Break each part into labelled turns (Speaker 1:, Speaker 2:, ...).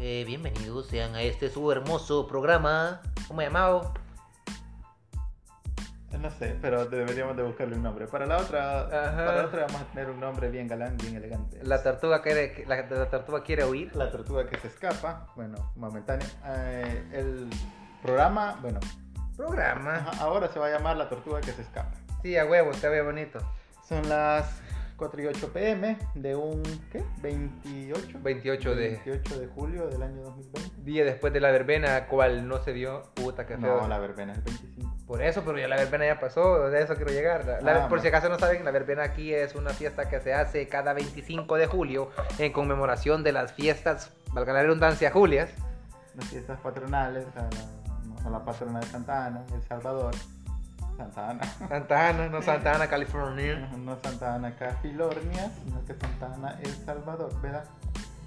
Speaker 1: Eh,
Speaker 2: bienvenidos sean a este su hermoso programa. ¿Cómo llamado?
Speaker 3: Eh, No sé, pero deberíamos de buscarle un nombre. Para la otra,
Speaker 1: Ajá.
Speaker 3: para la otra vamos a tener un nombre bien galán, bien elegante.
Speaker 1: La tortuga quiere, la, la tortuga quiere huir.
Speaker 3: La tortuga que se escapa, bueno, momentánea. Eh, el programa, bueno,
Speaker 1: Programa.
Speaker 3: ajá, ahora se va a llamar La tortuga que se escapa.
Speaker 1: Sí, a huevo, se ve bonito.
Speaker 3: Son las 4 y 8 pm de un, ¿qué? 28.
Speaker 1: 28 de
Speaker 3: 28 de julio del año 2020.
Speaker 1: día después de la verbena, cual no se vio. Puta que feo.
Speaker 3: No, la verbena es el 25.
Speaker 1: Por eso, pero ya la verbena ya pasó, de eso quiero llegar. La- la-
Speaker 3: Ah,
Speaker 1: por
Speaker 3: no.
Speaker 1: si acaso no saben, la verbena aquí es una fiesta que se hace cada 25 de julio en conmemoración de las fiestas, valga la redundancia, Julias.
Speaker 3: Las fiestas patronales, a la, a la patrona de Santa Ana, El Salvador. Santa Ana.
Speaker 1: Santa Ana, no Santa Ana, California.
Speaker 3: No Santa Ana California, sino que Santa Ana El Salvador, ¿verdad?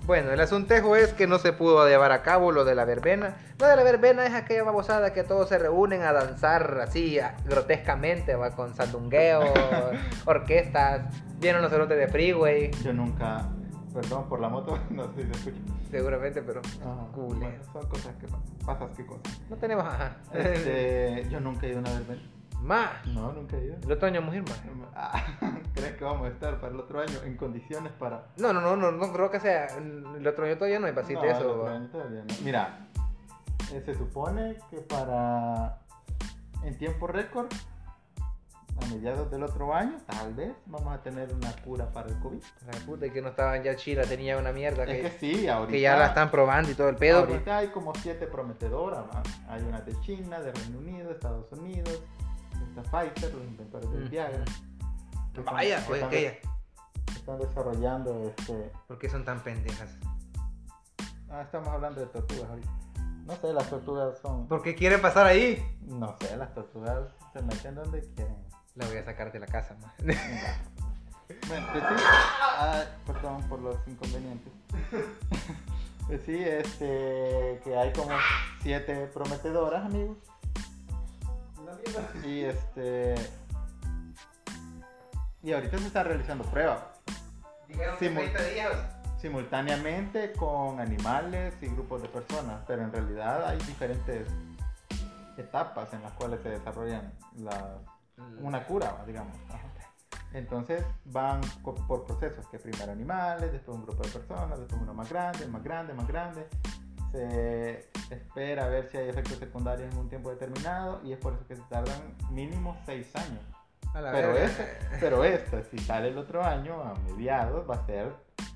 Speaker 1: Bueno, el asuntejo es que no se pudo llevar a cabo lo de la verbena. Lo de la verbena es aquella babosada que todos se reúnen a danzar así a- grotescamente, va con sandungueo, orquestas, vieron los cerotes de freeway,
Speaker 3: Yo nunca, perdón por la moto, no sé si se escucha.
Speaker 1: seguramente, pero
Speaker 3: Ah,
Speaker 1: Culero.
Speaker 3: bueno, son cosas que pasan, pasas qué cosas.
Speaker 1: no tenemos ajá.
Speaker 3: Este, yo nunca he ido a una verbena.
Speaker 1: Más.
Speaker 3: No, nunca he ido.
Speaker 1: El otoño vamos a ir más.
Speaker 3: Ah, ¿Crees que vamos a estar para el otro año en condiciones para
Speaker 1: No, no, no, no, no creo que sea. El otro año todavía no hay pasito
Speaker 3: No,
Speaker 1: de
Speaker 3: el
Speaker 1: eso.
Speaker 3: otro
Speaker 1: va.
Speaker 3: año todavía no. Mira, eh, se supone que para en tiempo récord, a mediados del otro año, tal vez vamos a tener una cura para el COVID.
Speaker 1: La puta, y que no estaban ya Chila, tenía una mierda que,
Speaker 3: es que sí, ahorita.
Speaker 1: que ya la están probando y todo el pedo. pues.
Speaker 3: Ahorita hay como siete prometedoras, ¿va? Hay unas de China, de Reino Unido, Estados Unidos, está Pfizer, los inventores del
Speaker 1: Mm.
Speaker 3: Viagra. que están-
Speaker 1: Vaya,
Speaker 3: que
Speaker 1: pues
Speaker 3: están-
Speaker 1: aquella.
Speaker 3: Están desarrollando este.
Speaker 1: ¿Por qué son tan pendejas?
Speaker 3: Ah, estamos hablando de tortugas ahorita. No sé, las tortugas son.
Speaker 1: ¿Por qué quieren pasar ahí?
Speaker 3: No sé, las tortugas se meten donde quieren.
Speaker 1: La voy a sacar de la casa, ma.
Speaker 3: Bueno, pues sí. Ah, perdón por los inconvenientes. Pues sí, este, que hay como siete prometedoras, amigos. Y este. Y ahorita se están realizando pruebas
Speaker 1: Dijeron
Speaker 3: que Sí, muy- 30
Speaker 1: días.
Speaker 3: simultáneamente con animales y grupos de personas, pero en realidad hay diferentes etapas en las cuales se desarrollan las una cura, digamos. Ajá. Entonces van co- por procesos, que primero animales, después un grupo de personas, después uno más grande, más grande, más grande. Se espera a ver si hay efectos secundarios en un tiempo determinado y es por eso que se tardan mínimo seis años.
Speaker 1: A la
Speaker 3: Pero
Speaker 1: verga.
Speaker 3: este, pero este, si sale el otro año a mediados, va a ser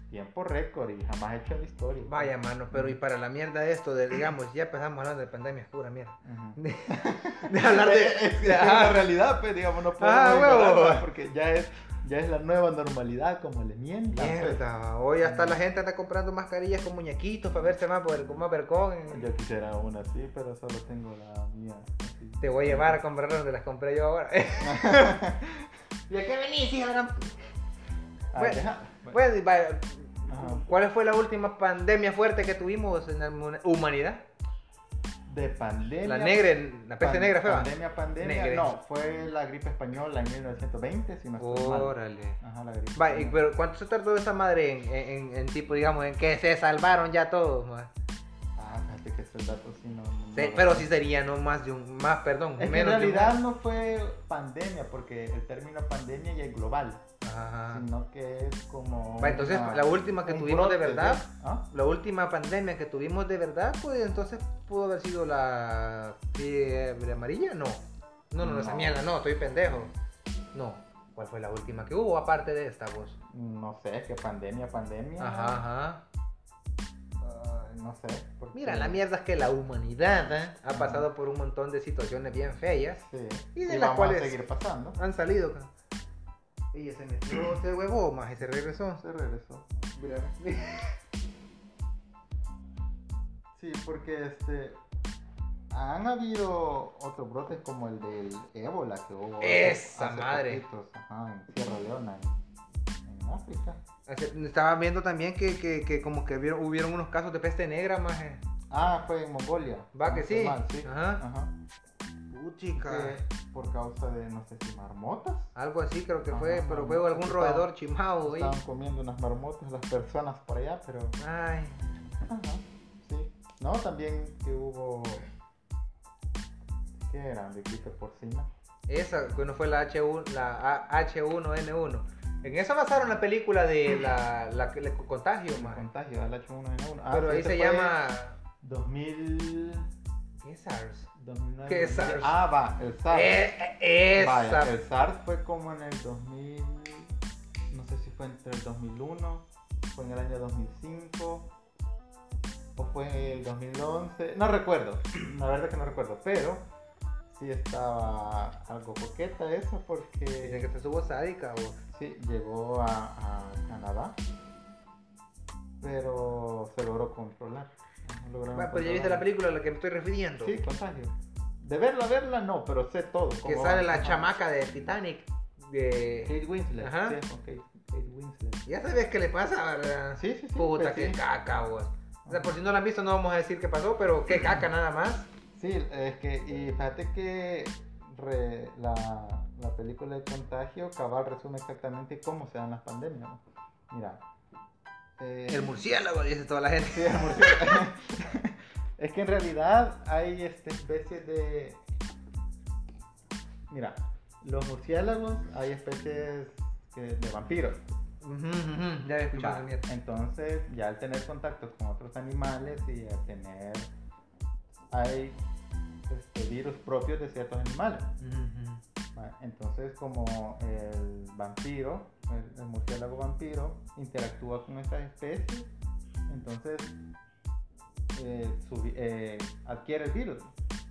Speaker 3: tiempo récord y jamás hecho en la historia.
Speaker 1: Vaya, mano, pero y para la mierda de esto, de, digamos, ya empezamos hablando de pandemia, pura mierda.
Speaker 3: Ujú.
Speaker 1: De, de hablar
Speaker 3: Es,
Speaker 1: de.
Speaker 3: es una
Speaker 1: Ajá.
Speaker 3: realidad, pues, digamos, no podemos
Speaker 1: Ah, huevo.
Speaker 3: ignorarla, porque ya es, ya es la nueva normalidad como le mientan. pues.
Speaker 1: Mierda, hoy hasta la gente anda comprando mascarillas con muñequitos para verse más, ver- más vergón.
Speaker 3: Yo quisiera una así, pero solo tengo la mía. así.
Speaker 1: Te voy a llevar a comprar donde las compré yo ahora. ¿Y a qué venís, hija de gran-
Speaker 3: Ah,
Speaker 1: Bueno,
Speaker 3: deja-
Speaker 1: Bueno, y vaya,
Speaker 3: Ajá.
Speaker 1: ¿cuál fue la última pandemia fuerte que tuvimos en la hum- humanidad?
Speaker 3: De pandemia.
Speaker 1: La negra, la peste
Speaker 3: pan-
Speaker 1: negra fue. va.
Speaker 3: Pandemia, pandemia.
Speaker 1: Negre.
Speaker 3: No, fue la gripe española en 1920, si no estoy mal.
Speaker 1: Órale.
Speaker 3: Ajá, la gripe.
Speaker 1: Vaya, y
Speaker 3: española.
Speaker 1: pero ¿cuánto se tardó esa madre en, en- en tipo, digamos, en que se salvaron ya todos? ma?
Speaker 3: Ah, fíjate que ese dato sí no. no-
Speaker 1: Se-
Speaker 3: no-
Speaker 1: pero sí sería no más de un, más, perdón,
Speaker 3: Es que en
Speaker 1: menos de un-
Speaker 3: realidad no fue pandemia, porque el término pandemia ya es global,
Speaker 1: Ajá.
Speaker 3: sino que es como.
Speaker 1: Va, Ah. entonces, la última que
Speaker 3: un
Speaker 1: tuvimos de
Speaker 3: brote,
Speaker 1: verdad.
Speaker 3: ¿Ah?
Speaker 1: La última pandemia que tuvimos de verdad, pues entonces pudo haber sido la fiebre amarilla, no. No, no, no, esa
Speaker 3: No.
Speaker 1: mierda, no, estoy pendejo. No, ¿cuál fue la última que hubo aparte de esta, vos?
Speaker 3: No sé, que pandemia, pandemia.
Speaker 1: Ajá, ajá.
Speaker 3: Ah, no sé. porque-
Speaker 1: Mira, la mierda es que la humanidad ¿eh? ha pasado por un montón de situaciones bien feas.
Speaker 3: Sí.
Speaker 1: Y de
Speaker 3: Y
Speaker 1: las
Speaker 3: este, vamos
Speaker 1: cuales-
Speaker 3: a seguir pasando.
Speaker 1: Han salido, ca- Ella se metió, se huevó, más y se regresó.
Speaker 3: Se regresó. Sí, porque este. Han habido otros brotes como el del ébola que hubo. hace-
Speaker 1: Esa madre.
Speaker 3: poquitos, ajá, en Sierra Leona, en, en África.
Speaker 1: Hace- Estaba viendo también que, que- que como que vieron- hubieron unos casos de peste negra, más. eh.
Speaker 3: Ah, fue en Mongolia.
Speaker 1: Va que
Speaker 3: No estoy
Speaker 1: sí.
Speaker 3: mal, sí.
Speaker 1: Ajá.
Speaker 3: Ajá.
Speaker 1: Puchica.
Speaker 3: Que por causa de, no sé si marmotas.
Speaker 1: Algo así creo que fue,
Speaker 3: Ajá,
Speaker 1: pero
Speaker 3: no,
Speaker 1: fue
Speaker 3: no,
Speaker 1: algún
Speaker 3: no,
Speaker 1: roedor
Speaker 3: no,
Speaker 1: chimado, güey.
Speaker 3: Estaban comiendo unas marmotas las personas por allá, pero.
Speaker 1: Ay,
Speaker 3: Ajá, sí. No, también que hubo. ¿Qué era? De gripe porcina.
Speaker 1: Esa, que no fue la, H1, la A- H1N1. En esa basaron la película de la, la, el contagio, eh.
Speaker 3: El
Speaker 1: maje.
Speaker 3: contagio del H1N1. Ah,
Speaker 1: Pero ahí
Speaker 3: ese
Speaker 1: se
Speaker 3: fue
Speaker 1: llama...
Speaker 3: 2000.
Speaker 1: ¿Qué es SARS?
Speaker 3: 2009.
Speaker 1: ¿Qué es SARS?
Speaker 3: Ah, va, el SARS.
Speaker 1: Eh, eh, esa.
Speaker 3: Vaya, el SARS fue como en el 2000, no sé si fue entre el 2001, fue en el año 2005 o fue en el 2011, no recuerdo, la verdad que no recuerdo, pero sí estaba algo coqueta eso
Speaker 1: Dicen
Speaker 3: porque
Speaker 1: que se subo sádica o...
Speaker 3: sí, llegó a, a Canadá, pero se logró controlar. lograron
Speaker 1: Bueno, pero ya viste
Speaker 3: controlar.
Speaker 1: la película a la que me estoy refiriendo.
Speaker 3: pues Sí, contagio. De verla, verla no, pero sé todo.
Speaker 1: que
Speaker 3: cómo
Speaker 1: sale
Speaker 3: va,
Speaker 1: la
Speaker 3: ajá.
Speaker 1: chamaca de Titanic. De...
Speaker 3: Kate Winslet.
Speaker 1: Ajá.
Speaker 3: Sí, con Kate, Kate Winslet.
Speaker 1: Ya sabes qué le pasa, ¿verdad?
Speaker 3: Sí, sí, sí.
Speaker 1: Ah, Puta,
Speaker 3: pues
Speaker 1: qué
Speaker 3: sí.
Speaker 1: caca, vos. O sea, por si no la han visto no vamos a decir qué pasó, pero qué caca nada más.
Speaker 3: Sí, es que, y fíjate que re- la, la película de contagio cabal resume exactamente cómo se dan las pandemias. ¿no? Mira. eh,
Speaker 1: El murciélago, dice toda la gente.
Speaker 3: sí, el murciélago. es que en realidad hay este, especies de. Mira, los murciélagos hay especies que- de vampiros.
Speaker 1: Ujú, ujú, ya había escuchado
Speaker 3: Va,
Speaker 1: esa mierda.
Speaker 3: Entonces, ya al tener contacto con otros animales y al tener. Hay este, virus propios de ciertos animales.
Speaker 1: Ujú,
Speaker 3: va. Entonces, como el vampiro, el, el murciélago vampiro, interactúa con estas especies, entonces eh, su vi- eh, adquiere el virus.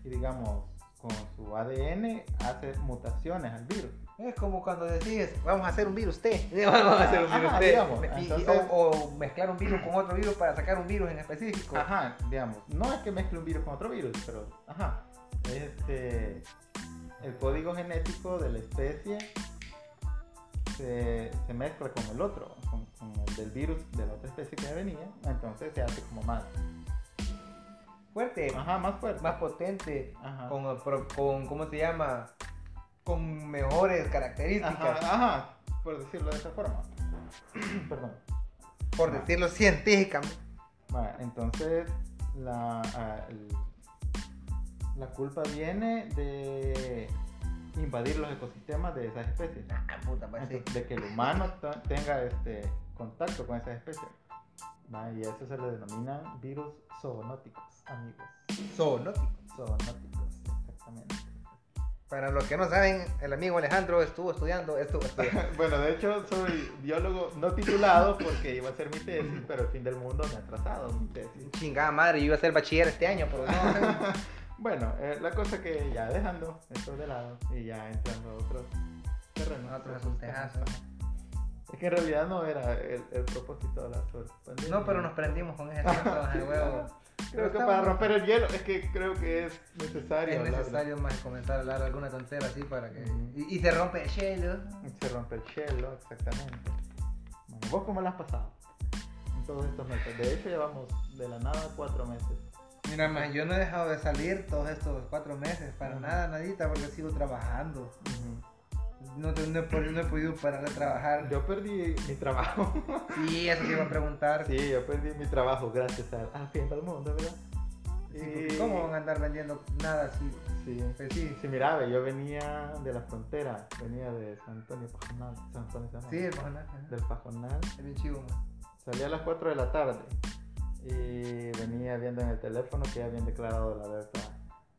Speaker 3: Y digamos, con su ADN hace mutaciones al virus.
Speaker 1: ujú. Es como cuando decís, vamos a hacer un virus T. Ah, Vamos a hacer un
Speaker 3: Ajá,
Speaker 1: virus T.
Speaker 3: digamos,
Speaker 1: Me- y- y-
Speaker 3: entonces-
Speaker 1: o, o mezclar un virus con otro virus para sacar un virus en específico.
Speaker 3: Ajá, digamos, no es que mezcle un virus con otro virus, pero ajá. Este el código genético de la especie se, se mezcla con el otro, con, con el del virus de la otra especie que ya venía, entonces se hace como más,
Speaker 1: Fuerte,
Speaker 3: ajá, más fuerte.
Speaker 1: más potente,
Speaker 3: Ajá.
Speaker 1: con, pro- con, ¿cómo se llama? Con mejores
Speaker 3: ajá,
Speaker 1: características.
Speaker 3: ajá, por decirlo de esa forma. Perdón.
Speaker 1: Por decirlo científicamente.
Speaker 3: Vaya, entonces la, ah, el- la culpa viene de invadir los ecosistemas de esas especies.
Speaker 1: Ah, puta, pues sí.
Speaker 3: Entonces, de que el humano to- tenga este contacto con esas especies. Va, Y a eso se le denominan virus zoonóticos, amigos.
Speaker 1: Zoonótico.
Speaker 3: Zoonóticos, exactamente.
Speaker 1: Para los que no saben, el amigo Alejandro estuvo estudiando, estuvo estudiando.
Speaker 3: Bueno, de hecho, soy biólogo no titulado porque iba a ser mi tesis, pero el fin del mundo me ha atrasado mi tesis.
Speaker 1: Chingada madre, yo iba a ser bachiller este año, pero no.
Speaker 3: Bueno, eh, la cosa que ya dejando esto de lado y ya entrando a otros terrenos.
Speaker 1: Otro es un tejazo.
Speaker 3: Es que en realidad no era el, el propósito de la suerte.
Speaker 1: No, pero nos prendimos con ese asunto, de huevo.
Speaker 3: Creo que
Speaker 1: Pero
Speaker 3: para
Speaker 1: está-
Speaker 3: romper el hielo es que creo que es necesario.
Speaker 1: Es
Speaker 3: hablar de-
Speaker 1: necesario más comenzar a hablar alguna tontera así para que.
Speaker 3: Ujú.
Speaker 1: Y, y se rompe el hielo.
Speaker 3: Se rompe el hielo, exactamente. Bueno, ¿Vos cómo lo has pasado? En todos estos meses. De hecho, llevamos de la nada cuatro meses.
Speaker 1: Mira, más yo no he dejado de salir todos estos cuatro meses, para
Speaker 3: Ujú.
Speaker 1: nada, nadita, porque sigo trabajando. No, te- no he, pod- no he podido parar de trabajar.
Speaker 3: Yo perdí mi trabajo.
Speaker 1: Sí, eso te iba a preguntar.
Speaker 3: Sí, yo perdí mi trabajo gracias al a fin del mundo, ¿verdad?
Speaker 1: Sí, porque ¿Cómo van a andar vendiendo nada así?
Speaker 3: Sí.
Speaker 1: Pues sí,
Speaker 3: Sí, mira, ve, yo venía de la frontera, venía de San Antonio Pajonal, San Antonio San
Speaker 1: sí, hermano. ajá.
Speaker 3: del Pajonal.
Speaker 1: Es bien chivo, man.
Speaker 3: Salí a las 4 de la tarde y venía viendo en el teléfono que ya habían declarado la alerta,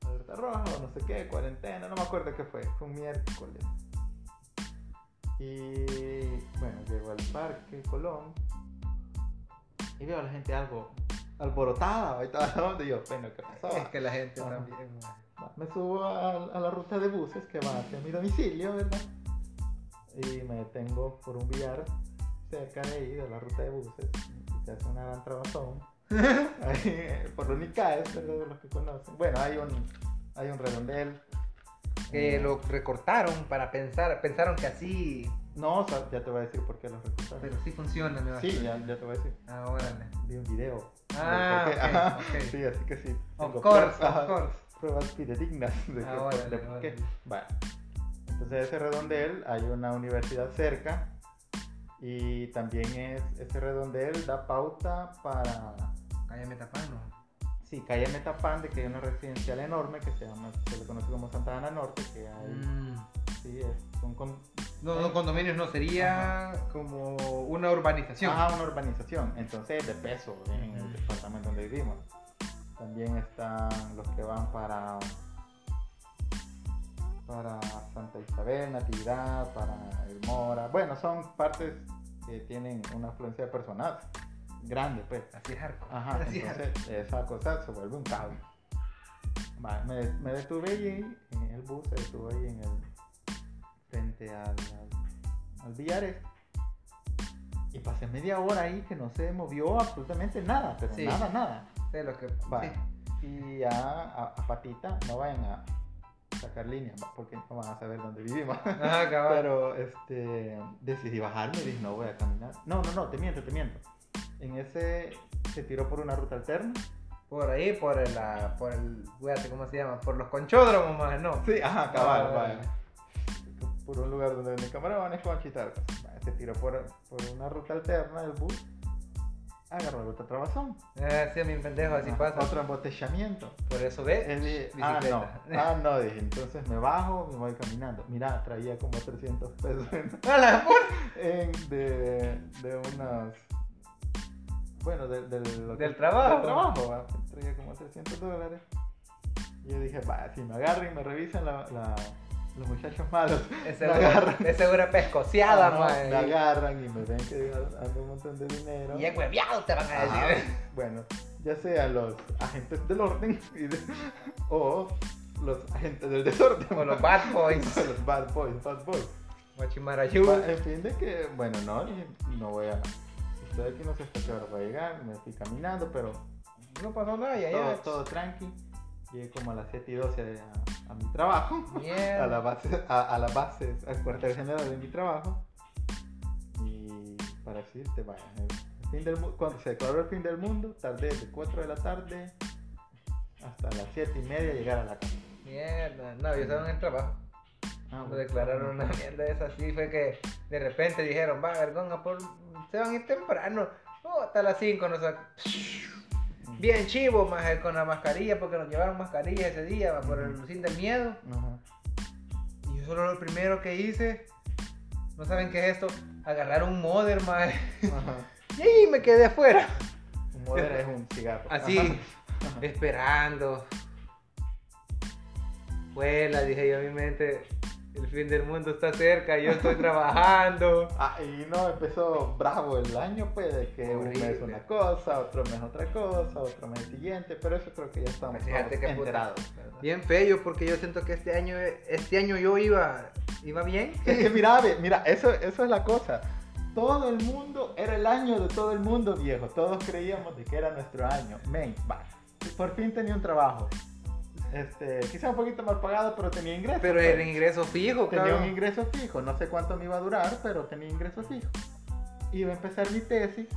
Speaker 3: la alerta roja o no sé qué, cuarentena, no me acuerdo qué fue, fue un miércoles. Y bueno, llego al parque Colón y veo a la gente algo alborotada y toda la onda, y yo, bueno, ¿qué pasó?
Speaker 1: Es que la gente
Speaker 3: Ajá.
Speaker 1: también, man.
Speaker 3: Va, Me subo a, a la ruta de buses que va hacia mi domicilio, ¿verdad? Y me detengo por un billar cerca de ahí, de la ruta de buses. Se hace una gran trabazón. Ahí, por Unicaes, ¿verdad? De los que conocen. Bueno, hay un, hay un redondel.
Speaker 1: que
Speaker 3: Eh,
Speaker 1: lo recortaron para pensar, pensaron que así,
Speaker 3: No, o sea, ya te voy a decir por qué los recortaron.
Speaker 1: pero ah, sí funciona, me va
Speaker 3: Sí, ya, ya te voy a decir.
Speaker 1: Ah, órale.
Speaker 3: Vi un video.
Speaker 1: Ah,
Speaker 3: ¿Por qué?
Speaker 1: ok,
Speaker 3: Ajá,
Speaker 1: ok.
Speaker 3: Sí, así que sí.
Speaker 1: Of
Speaker 3: Tengo
Speaker 1: course,
Speaker 3: pruebas.
Speaker 1: of course.
Speaker 3: pruebas fidedignas de que
Speaker 1: Ah,
Speaker 3: por-
Speaker 1: órale,
Speaker 3: de por qué.
Speaker 1: órale.
Speaker 3: Vale. Entonces ese redondel hay una universidad cerca y también es ese redondel da pauta para
Speaker 1: Cállame tapando.
Speaker 3: Sí, calle Metapan, de que hay una residencial enorme que se llama, se le conoce como Santa Ana Norte, que hay,
Speaker 1: Mm.
Speaker 3: sí, es un con-
Speaker 1: No, no, condominios no, sería como una urbanización.
Speaker 3: Ah, una urbanización. Entonces, de peso en
Speaker 1: Ujú.
Speaker 3: el departamento donde vivimos. También están los que van para para Santa Isabel, Natividad, para El Mora. Bueno, son partes que tienen una afluencia de personas grande, pues.
Speaker 1: Así es arco.
Speaker 3: Ajá,
Speaker 1: Así es arco.
Speaker 3: entonces esa cosa se vuelve un caos. Va, me, me detuve allí, en el bus, se detuvo ahí en el. frente al, al, al Villares. Y pasé media hora ahí que no se movió absolutamente nada, pero
Speaker 1: Sí.
Speaker 3: nada, nada.
Speaker 1: Sí, lo que.
Speaker 3: Va,
Speaker 1: sí.
Speaker 3: Y ya a, a patita no vayan a sacar líneas, va, porque no van a saber dónde vivimos.
Speaker 1: Ajá, cabal.
Speaker 3: Pero este, decidí bajarme y dije, no voy a caminar. No, no, no, te miento, te miento. En ese se tiró por una ruta alterna.
Speaker 1: Por ahí, por el. ah, Por el. Fíjate cómo se llama. Por los conchódromos, más no.
Speaker 3: Sí, ajá, cabal,
Speaker 1: Ah.
Speaker 3: vaya. Por un lugar donde venden camaraones con chitarcas. Vaya, Se tiró por, por una ruta alterna del bus. Agarró la ruta trabazón.
Speaker 1: Ah, sí, mi pendejo, así
Speaker 3: Ajá,
Speaker 1: pasa.
Speaker 3: Otro embotellamiento.
Speaker 1: Por eso ve.
Speaker 3: Es de- ah, no.
Speaker 1: bicicleta.
Speaker 3: Ah, no, dije. Entonces me bajo, me voy caminando. Mira, traía como 300 pesos en-
Speaker 1: ¡A la puta!
Speaker 3: en- de, de unas. Bueno, de- de lo que-
Speaker 1: Del trabajo.
Speaker 3: del trabajo, va. traía como 300 dólares. Y yo dije, va, si me agarran y me revisan la- la- los muchachos malos.
Speaker 1: Es
Speaker 3: Me
Speaker 1: seguro,
Speaker 3: agarran.
Speaker 1: es seguro pescociada,
Speaker 3: Ajá,
Speaker 1: mae.
Speaker 3: Me agarran y me ven que digo, ando un montón de dinero.
Speaker 1: eh. Y es hueviado, te van a
Speaker 3: Ajá,
Speaker 1: decir.
Speaker 3: bueno, ya sea los agentes del orden y de- o los agentes del desorden.
Speaker 1: Como los bad boys.
Speaker 3: Los bad boys, bad boys.
Speaker 1: Guachimarayú.
Speaker 3: Va, En fin, de que, bueno, no, dije, no voy a. Estoy aquí, no sé hasta qué hora voy a llegar, me fui caminando, pero
Speaker 1: No pasó nada, ya,
Speaker 3: todo,
Speaker 1: ya.
Speaker 3: todo tranqui. Llegué como a las 7 y 12 a, a mi trabajo,
Speaker 1: Mierda.
Speaker 3: a la base, a, a la base, al cuartel general de mi trabajo. Y para decirte, vaya, el eh, fin del, mu- cuando se declaró el fin del mundo, tardé de 4 de la tarde hasta las 7 y media llegar a la casa.
Speaker 1: Mierda. No, yo estaba en el trabajo.
Speaker 3: Ah,
Speaker 1: Cuando
Speaker 3: bueno.
Speaker 1: pues declararon una mierda de esa así fue que de repente dijeron, va, vergón, a por... se van a ir temprano. Oh, hasta las 5 nos sac- Bien chivo, más con la mascarilla, porque nos llevaron mascarilla ese día, ma, por el sin del miedo.
Speaker 3: Ajá.
Speaker 1: Y yo solo lo primero que hice, no saben qué es esto, agarrar un modder, más
Speaker 3: Ajá.
Speaker 1: Y ahí me quedé afuera.
Speaker 3: Un modelo es un cigarro.
Speaker 1: Así,
Speaker 3: Ajá. Ajá.
Speaker 1: esperando. Vuela, dije yo a mi mente, el fin del mundo está cerca, yo estoy trabajando.
Speaker 3: Ah, y no, empezó bravo el año, pues, de que un mes
Speaker 1: Horrible.
Speaker 3: una cosa, otro mes otra cosa, otro mes siguiente, pero eso creo que ya estamos
Speaker 1: Pues fíjate
Speaker 3: todos
Speaker 1: qué puta.
Speaker 3: enterados.
Speaker 1: Bien feo, porque yo siento que este año, este año yo iba, iba bien.
Speaker 3: Es que mira, ve, mira, eso, eso es la cosa. Todo el mundo, era el año de todo el mundo, viejo. Todos creíamos de que era nuestro año. Men, va. Por fin tenía un trabajo. Este, quizá un poquito mal pagado, pero tenía ingresos.
Speaker 1: Pero
Speaker 3: pues.
Speaker 1: el ingreso fijo,
Speaker 3: Tenía
Speaker 1: claro.
Speaker 3: un ingreso fijo, no sé cuánto me iba a durar, pero tenía ingreso fijo. Iba a empezar mi tesis,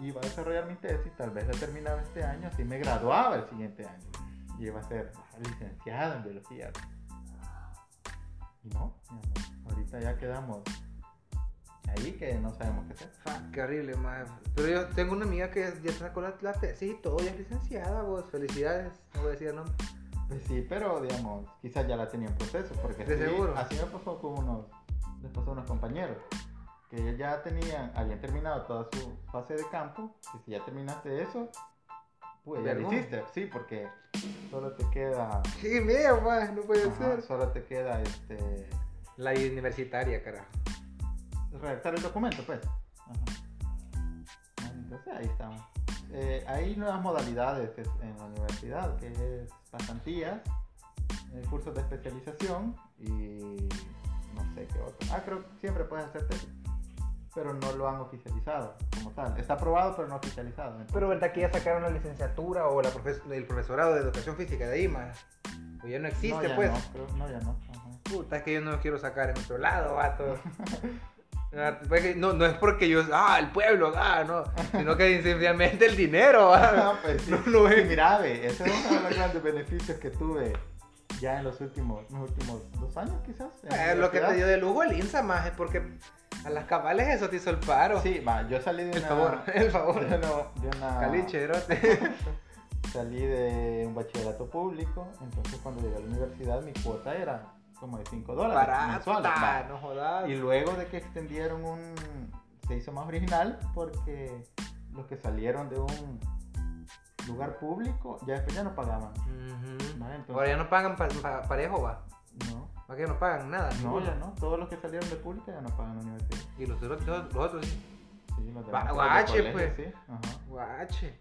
Speaker 3: iba a desarrollar mi tesis, tal vez la terminaba este año, así me graduaba el siguiente año. Y iba a ser licenciado en biología. Y no, mi amor, ahorita ya quedamos ahí que no sabemos qué hacer.
Speaker 1: Ah, Qué horrible, madre. Pero yo tengo una amiga que ya sacó la, la tesis y todo, ya es licenciada, vos. Felicidades. No voy a decir el nombre.
Speaker 3: Pues sí, pero digamos, quizás ya la tenía en proceso, porque
Speaker 1: De
Speaker 3: así,
Speaker 1: seguro.
Speaker 3: así me pasó con unos, les pasó a unos compañeros, que ellos ya tenían, habían terminado toda su fase de campo, que si ya terminaste eso, pues ya lo
Speaker 1: Vergón.
Speaker 3: hiciste, sí, porque solo te queda,
Speaker 1: Qué miedo, madre. No puede
Speaker 3: ajá,
Speaker 1: ser.
Speaker 3: solo te queda este,
Speaker 1: La universitaria, carajo.
Speaker 3: redactar el documento, pues. Ajá. Entonces ahí estamos. Eh, hay nuevas modalidades que es en la universidad, que es pasantías, eh, cursos de especialización y no sé qué otro. Ah, creo que siempre puedes hacer tesis, pero no lo han oficializado como tal. Está aprobado, pero no oficializado. entonces-
Speaker 1: Pero verdad que ya sacaron la licenciatura o la profes- el profesorado de educación física de ahí, madre. Pues ya no existe,
Speaker 3: no, ya
Speaker 1: pues.
Speaker 3: No, creo- no, ya no. Ajá.
Speaker 1: Puta, es que yo no los quiero sacar en otro lado, vato. Ah, pues que No, no es porque yo, ah, el pueblo, ah, no, sino que sencillamente el dinero, ah.
Speaker 3: Ah, pues sí.
Speaker 1: No lo
Speaker 3: Sí,
Speaker 1: es.
Speaker 3: mira, ve, ese es uno de los grandes beneficios que tuve ya en los últimos, en los últimos dos años quizás. en la
Speaker 1: Eh, lo que
Speaker 3: universidad.
Speaker 1: te dio de lujo el INSA más es porque A las cabales eso te hizo el paro.
Speaker 3: Sí, Ah. va, yo salí de
Speaker 1: El
Speaker 3: una...
Speaker 1: favor, el favor.
Speaker 3: de una- de una-
Speaker 1: Caliche, erote.
Speaker 3: Salí de un bachillerato público, entonces cuando llegué a la universidad mi cuota era como de 5 dólares mensuales.
Speaker 1: Barata,
Speaker 3: va.
Speaker 1: no jodas.
Speaker 3: Y luego de que extendieron un... se hizo más original porque los que salieron de un lugar público ya después ya no pagaban.
Speaker 1: Ujú.
Speaker 3: Va, entonces-
Speaker 1: Ahora ya no pagan pa- pa- parejo, va.
Speaker 3: No,
Speaker 1: Más que ya no pagan nada.
Speaker 3: no,
Speaker 1: ninguno.
Speaker 3: ya no. Todos los que salieron de pública ya no pagan la universidad.
Speaker 1: Y los otros, los otros sí.
Speaker 3: Sí, los
Speaker 1: Va-
Speaker 3: demás de
Speaker 1: guache,
Speaker 3: colegio,
Speaker 1: pues.
Speaker 3: sí, ajá.
Speaker 1: Guache.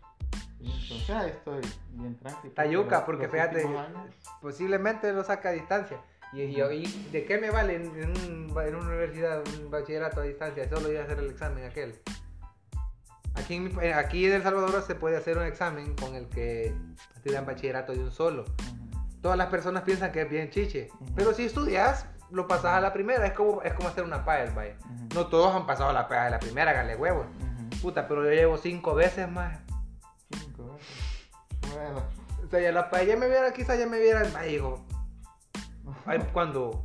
Speaker 3: Y entonces ahí estoy bien tranqui.
Speaker 1: Está yuca, porque
Speaker 3: Los
Speaker 1: fíjate-
Speaker 3: últimos años,
Speaker 1: Posiblemente lo saca a distancia. Y, y- y de qué me vale en, en un ba- en una universidad, un bachillerato a distancia? Solo ir a hacer el examen aquel. Aquí en, mi pa- eh, aquí en El Salvador se puede hacer un examen con el que te dan bachillerato de un solo.
Speaker 3: ujú,
Speaker 1: Todas las personas piensan que es bien chiche.
Speaker 3: Ujú.
Speaker 1: Pero si estudias, lo pasas a la primera. Es como, es como hacer una PAEL, vaya.
Speaker 3: ujú,
Speaker 1: No todos han pasado la PAEL a la primera, gale huevo.
Speaker 3: ujú.
Speaker 1: Puta, pero yo llevo cinco veces más.
Speaker 3: Cinco veces. Bueno.
Speaker 1: O sea, ya la PAEL ya me viera, quizás ya me viera el hijo. Ay, cuando,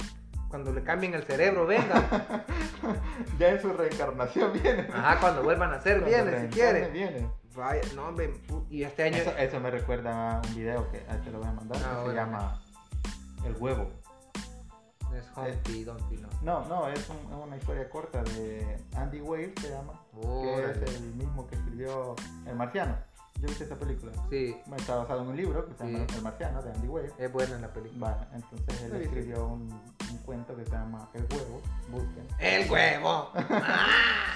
Speaker 1: cuando le cambien el cerebro, venga.
Speaker 3: Ya en su reencarnación viene.
Speaker 1: Ajá, cuando vuelvan a hacer,
Speaker 3: Cuando
Speaker 1: viene si
Speaker 3: reencarne,
Speaker 1: quiere.
Speaker 3: viene.
Speaker 1: Vaya, no, hombre, pu- y este año.
Speaker 3: Eso, eso me recuerda a un video que ahí te lo voy a mandar
Speaker 1: Ah,
Speaker 3: que
Speaker 1: bueno.
Speaker 3: se llama El huevo.
Speaker 1: Es Humpty
Speaker 3: eh.
Speaker 1: Dumpty, no.
Speaker 3: No, no, es, un- es una historia corta de Andy Wade, se llama, que
Speaker 1: Órale.
Speaker 3: es el mismo que escribió El Marciano. Yo viste esa película.
Speaker 1: Sí,
Speaker 3: Bueno, Está basado en un libro que se llama
Speaker 1: Sí.
Speaker 3: El Marciano de Andy Wade.
Speaker 1: es buena la película.
Speaker 3: Bueno, entonces él
Speaker 1: Sí, sí.
Speaker 3: escribió un, un cuento que se llama El huevo, busquen.
Speaker 1: ¡El huevo!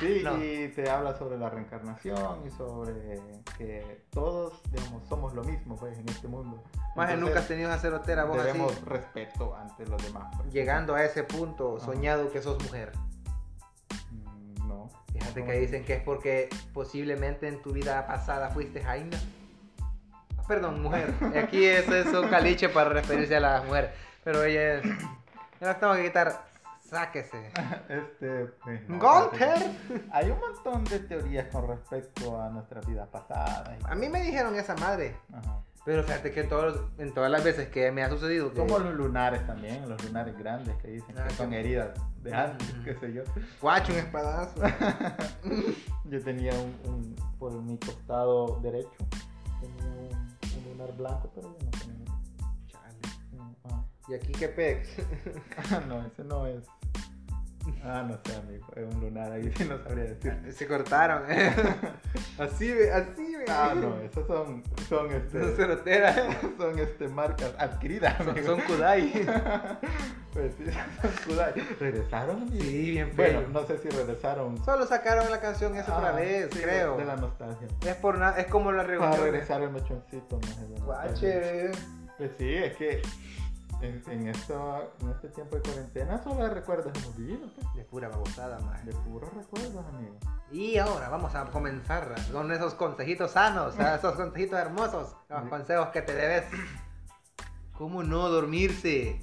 Speaker 3: Sí,
Speaker 1: No.
Speaker 3: y te habla sobre la reencarnación y sobre que todos, digamos, somos lo mismo, pues, en este mundo.
Speaker 1: Más que
Speaker 3: Entonces,
Speaker 1: nunca has tenido esa cerotera vos
Speaker 3: debemos
Speaker 1: así.
Speaker 3: respeto ante los demás. pues.
Speaker 1: Llegando a ese punto,
Speaker 3: Ajá.
Speaker 1: soñado que sos mujer.
Speaker 3: Mm, No.
Speaker 1: Fíjate
Speaker 3: No.
Speaker 1: que dicen que es porque posiblemente en tu vida pasada fuiste jaina. Ah, Perdón, mujer. Aquí es, es un caliche para referirse a la mujer. Pero ella es... Me la tengo que quitar. Sáquese.
Speaker 3: Este. pues, no,
Speaker 1: ¡Gunter!
Speaker 3: fíjate que Hay un montón de teorías con respecto a nuestras vidas pasadas. y-
Speaker 1: A mí me dijeron esa madre.
Speaker 3: Ajá.
Speaker 1: Pero fíjate que en, todos- en todas las veces que me ha sucedido... que-
Speaker 3: Como los lunares también, los lunares grandes que dicen
Speaker 1: Ah,
Speaker 3: que son
Speaker 1: que-
Speaker 3: heridas de antes,
Speaker 1: Ujú.
Speaker 3: qué sé yo.
Speaker 1: Guacho, un espadazo.
Speaker 3: Yo tenía un, un- por mi costado derecho, tenía un, un lunar blanco, pero yo no tenía.
Speaker 1: Chale.
Speaker 3: no, ah.
Speaker 1: Y aquí qué pex.
Speaker 3: Ah, no, ese no es. Ah, no sé, amigo, es un lunar ahí, sí no sabría decir.
Speaker 1: Se cortaron. así, ve, así, ve.
Speaker 3: Ah, no, esas son, son
Speaker 1: Son
Speaker 3: este,
Speaker 1: ceroteras.
Speaker 3: son este, marcas adquiridas,
Speaker 1: Son,
Speaker 3: amigo.
Speaker 1: son Kudai.
Speaker 3: Pues sí, son Kudai. ¿Regresaron? amigo?
Speaker 1: Sí, bien
Speaker 3: Bueno,
Speaker 1: feo.
Speaker 3: no sé si regresaron.
Speaker 1: Solo sacaron la canción esa otra
Speaker 3: Ah,
Speaker 1: vez,
Speaker 3: sí, de-
Speaker 1: creo.
Speaker 3: De la Ah, nostalgia.
Speaker 1: Es por nada, es como la
Speaker 3: Para
Speaker 1: reunión.
Speaker 3: regresar el mechoncito. más de la nostalgia.
Speaker 1: Guache.
Speaker 3: Pues sí, es que en, en, esto, en este tiempo de cuarentena solo de recuerdos hemos vivido, pues.
Speaker 1: De pura babosada, más.
Speaker 3: De puros recuerdos, amigo.
Speaker 1: Y ahora vamos a comenzar con esos consejitos sanos, a esos consejitos hermosos, los
Speaker 3: Sí.
Speaker 1: consejos que te debes. ¿Cómo no dormirse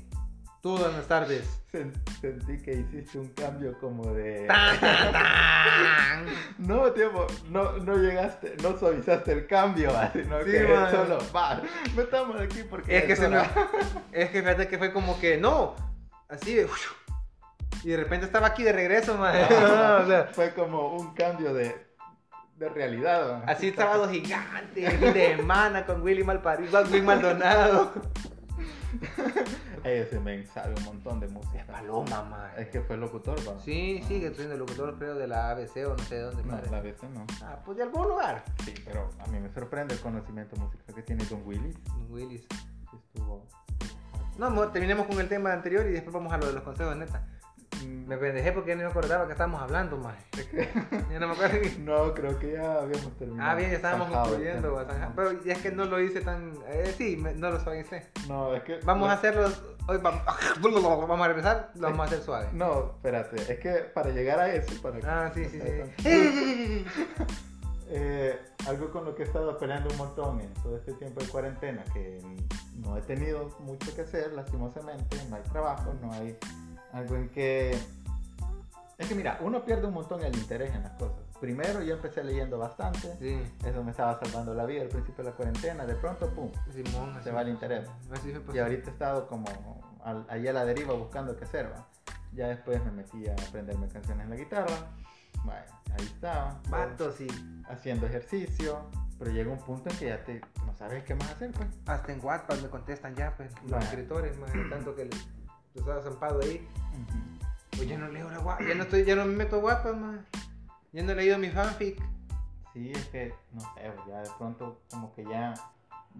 Speaker 1: todas las tardes?
Speaker 3: Sen- Sentí que hiciste un cambio como de.
Speaker 1: ¡Tan, tan, tan!
Speaker 3: No, tiempo, no, no llegaste, no suavizaste el cambio, va, sino
Speaker 1: Sí,
Speaker 3: que
Speaker 1: man.
Speaker 3: solo va. No estamos aquí porque.
Speaker 1: Es que se me...
Speaker 3: hora.
Speaker 1: Es que fíjate que fue como que no, así de... Y de repente estaba aquí de regreso, man.
Speaker 3: Ah,
Speaker 1: O sea,
Speaker 3: Fue como un cambio de, de realidad, va.
Speaker 1: Así sábado gigante, fin de semana con Willy Malparido, con Willy Maldonado.
Speaker 3: Ey, Ese men sabe un montón de música.
Speaker 1: man.
Speaker 3: Es que fue locutor, va.
Speaker 1: Sí,
Speaker 3: Ah.
Speaker 1: sigue siendo locutor, creo, de la ABC o no sé de dónde.
Speaker 3: No,
Speaker 1: madre.
Speaker 3: la vez no.
Speaker 1: Ah, pues de algún lugar.
Speaker 3: Sí, pero a mí me sorprende el conocimiento musical que tiene Don Willis.
Speaker 1: Willis.
Speaker 3: Sí, estuvo.
Speaker 1: No, mo- terminemos con el tema anterior y después vamos a lo de los consejos, neta.
Speaker 3: Mm,
Speaker 1: Me pendejé porque ya no me acordaba que estábamos hablando, más. Ya no me acuerdo.
Speaker 3: No, creo que ya habíamos terminado.
Speaker 1: Ah, bien, ya estábamos
Speaker 3: Zanjado el
Speaker 1: concluyendo,
Speaker 3: tema.
Speaker 1: Guasanja. Pero ya es que no lo hice tan. eh, sí, me- no lo suavicé.
Speaker 3: No, es que.
Speaker 1: Vamos
Speaker 3: no-
Speaker 1: a hacerlos. Hoy vamos, vamos a regresar, lo vamos a hacer suave.
Speaker 3: No, espérate, es que para llegar a eso, para
Speaker 1: Ah, sí, sí,
Speaker 3: para-
Speaker 1: sí.
Speaker 3: Eh, algo con lo que he estado peleando un montón en todo este tiempo de cuarentena, que no he tenido mucho que hacer, lastimosamente, no hay trabajo, no hay algo en que... Es que mira, uno pierde un montón el interés en las cosas. Primero yo empecé leyendo bastante,
Speaker 1: Sí,
Speaker 3: eso me estaba salvando la vida al principio de la cuarentena, de pronto, ¡pum!
Speaker 1: Simón. así
Speaker 3: Se va el
Speaker 1: me-
Speaker 3: interés.
Speaker 1: Así pues. me pasó.
Speaker 3: Y ahorita he estado como al- ahí a la deriva buscando qué hacer, ¿va? Ya después me metí a aprenderme canciones en la guitarra. Vaya, ahí estaba.
Speaker 1: Vato, sí.
Speaker 3: Haciendo ejercicio. Pero llega un punto en que ya te, no sabes qué más hacer, pues.
Speaker 1: Hasta en WhatsApp me contestan ya, pues, los
Speaker 3: Vaya.
Speaker 1: escritores, más de tanto que le- tú estás zampado ahí. Pues yo no leo la WhatsApp, ya no estoy, ya no me meto a WhatsApp, más. Ya no he leído mi fanfic.
Speaker 3: Sí, es que, no sé, ya de pronto como que ya,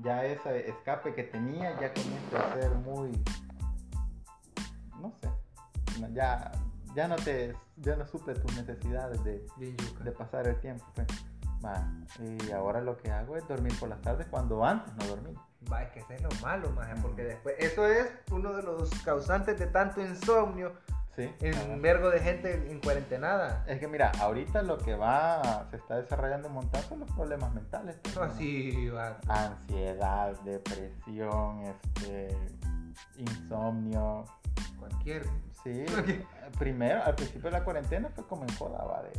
Speaker 3: ya ese escape que tenía ya comienza a ser muy, no sé, no, ya, ya no te, ya no suple tus necesidades de,
Speaker 1: Bien yuca.
Speaker 3: de pasar el tiempo, pues. Va, y ahora lo que hago es dormir por las tardes cuando antes no dormía.
Speaker 1: Va, es que eso es lo malo, maje, porque después. Eso es uno de los causantes de tanto insomnio
Speaker 3: Sí.
Speaker 1: en
Speaker 3: ahora-
Speaker 1: vergo de gente en cuarentenada.
Speaker 3: Es que mira, ahorita lo que va, se está desarrollando un montón son los problemas mentales.
Speaker 1: Ah,
Speaker 3: pues, ¿no?
Speaker 1: Así, va.
Speaker 3: Ansiedad, depresión, este, insomnio,
Speaker 1: Cualquier.
Speaker 3: Sí,
Speaker 1: Ok.
Speaker 3: eh, primero, al principio de la cuarentena fue como en joda, va de.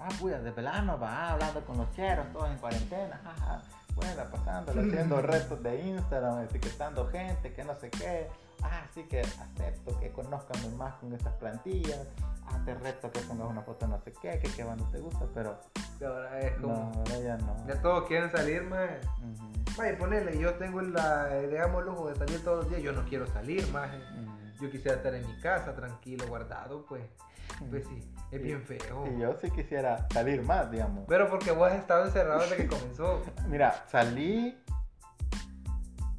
Speaker 3: Ah, puya, de plano, va, ah, hablando con los cheros, todos en cuarentena, jaja. Bueno, pasándola, haciendo retos de Instagram, etiquetando gente, que no sé qué. Ah, sí que acepto que conozcanme más con estas plantillas. Ah, te reto que pongas una foto no sé qué, que qué banda te gusta, pero
Speaker 1: Y Ahora es
Speaker 3: no,
Speaker 1: como.
Speaker 3: ahora ya no.
Speaker 1: Ya todos quieren salir, maje.
Speaker 3: Ujú,
Speaker 1: Maje, ponele, yo tengo la, eh, digamos, el lujo de salir todos los días. Yo no quiero salir, maje.
Speaker 3: ujú.
Speaker 1: Yo quisiera estar en mi casa, tranquilo, guardado, pues. Pues sí, es
Speaker 3: Sí.
Speaker 1: bien feo.
Speaker 3: Y yo sí quisiera salir más, digamos.
Speaker 1: Pero porque vos has estado encerrado desde que comenzó.
Speaker 3: Mira, salí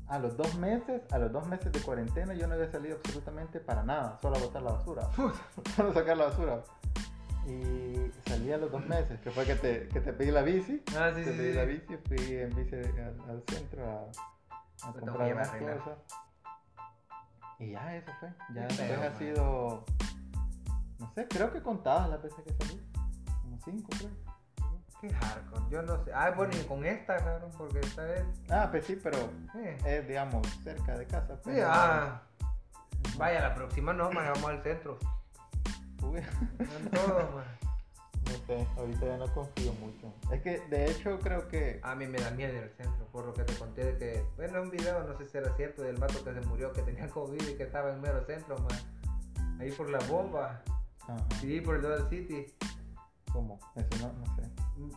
Speaker 3: a los dos meses, a los dos meses de cuarentena yo no había salido absolutamente para nada, solo a botar la basura, solo a sacar la basura. Y salí a los dos meses, que fue que te, que te pedí la bici,
Speaker 1: Ah, sí,
Speaker 3: te
Speaker 1: sí,
Speaker 3: pedí
Speaker 1: sí.
Speaker 3: la bici, fui en bici al, al centro a, a
Speaker 1: que
Speaker 3: comprar
Speaker 1: llevar
Speaker 3: unas
Speaker 1: a arreglar.
Speaker 3: cosas. Y ya eso fue, ya
Speaker 1: Qué
Speaker 3: después
Speaker 1: feo,
Speaker 3: ha
Speaker 1: man.
Speaker 3: sido, no sé, creo que contadas las veces que salí, como cinco creo.
Speaker 1: Qué hardcore, yo no sé. Ah, bueno, y con esta, cabrón, porque esta vez.
Speaker 3: Ah, pues sí, pero
Speaker 1: Eh.
Speaker 3: es, digamos, cerca de casa. pues,
Speaker 1: Sí,
Speaker 3: no-
Speaker 1: ah, vaya, la próxima no, más vamos al centro.
Speaker 3: Uy,
Speaker 1: Con todo, más.
Speaker 3: no sé, ahorita ya no confío mucho. Es que, de hecho, creo que...
Speaker 1: A mí me da miedo ir al centro, por lo que te conté de que. Bueno, un video, no sé si era cierto, del vato que se murió, que tenía COVID y que estaba en mero centro, más. Ahí por la bomba,
Speaker 3: Ajá,
Speaker 1: sí, por el Dollar City.
Speaker 3: ¿Cómo? Eso no, no sé.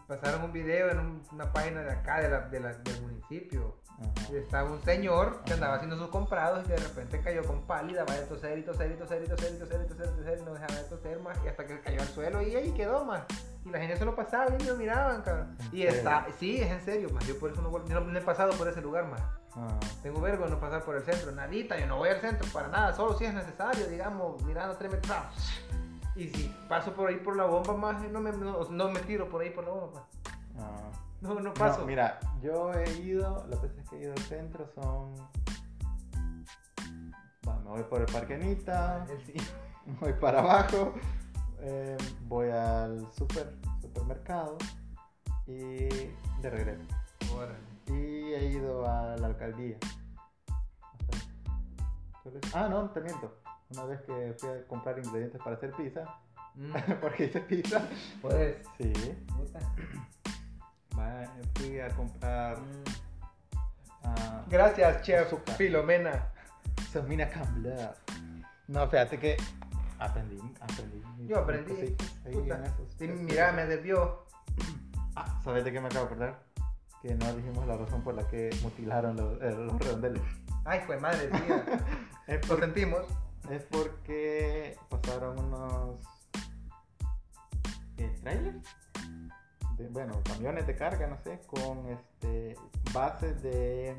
Speaker 1: Pasaron un video en un- una página de acá, de la, de la- del municipio.
Speaker 3: Ajá.
Speaker 1: Y estaba un señor que andaba haciendo sus comprados y de repente cayó con pálida, vaya a toser y toser y toser y toser y toser y toser y toser y no dejaba de toser más y hasta que cayó al suelo y ahí quedó más. Y la gente se lo pasaba y lo miraban, cabrón.
Speaker 3: ¿En
Speaker 1: Y
Speaker 3: serio?
Speaker 1: está, sí, es en serio, más. Yo por eso no, vuelvo- yo no, no he pasado por ese lugar más.
Speaker 3: Ajá.
Speaker 1: Tengo vergo de no pasar por el centro, nadita, yo no voy al centro para nada, solo si es necesario, digamos, mirando tres metros. ah, Y si paso por ahí por la bomba más, no me, no, no me tiro por ahí por la bomba. más.
Speaker 3: Ah.
Speaker 1: No, no
Speaker 3: No,
Speaker 1: paso.
Speaker 3: mira, yo he ido, las veces que he ido al centro son... Va, me voy por el Parque Anita,
Speaker 1: El sí.
Speaker 3: me voy para abajo, eh, voy al super, supermercado y de regreso. Y he ido a la alcaldía. Entonces- Ah, no, te miento. Una vez que fui a comprar ingredientes para hacer pizza,
Speaker 1: Mm, pues.
Speaker 3: porque hice pizza.
Speaker 1: Puedes.
Speaker 3: Sí.
Speaker 1: puta.
Speaker 3: Va, Fui a comprar
Speaker 1: Mm.
Speaker 3: ah, a
Speaker 1: Gracias, chef
Speaker 3: Azúcar.
Speaker 1: Filomena.
Speaker 3: Samina Cambler. No, fíjate que aprendí, aprendí. mis-
Speaker 1: Yo aprendí.
Speaker 3: mis cositas ahí
Speaker 1: Puta.
Speaker 3: en esos-
Speaker 1: Sí,
Speaker 3: esos-
Speaker 1: mira, me desvió.
Speaker 3: Ah, ¿sabes de qué me acabo de acordar? Que no dijimos la razón por la que mutilaron los, eh, los redondeles.
Speaker 1: Ay, fue madre, tía.
Speaker 3: Es
Speaker 1: Lo
Speaker 3: por-
Speaker 1: sentimos.
Speaker 3: Es porque pasaron unos eh, trailers, de- bueno, camiones de carga, no sé, con este bases de,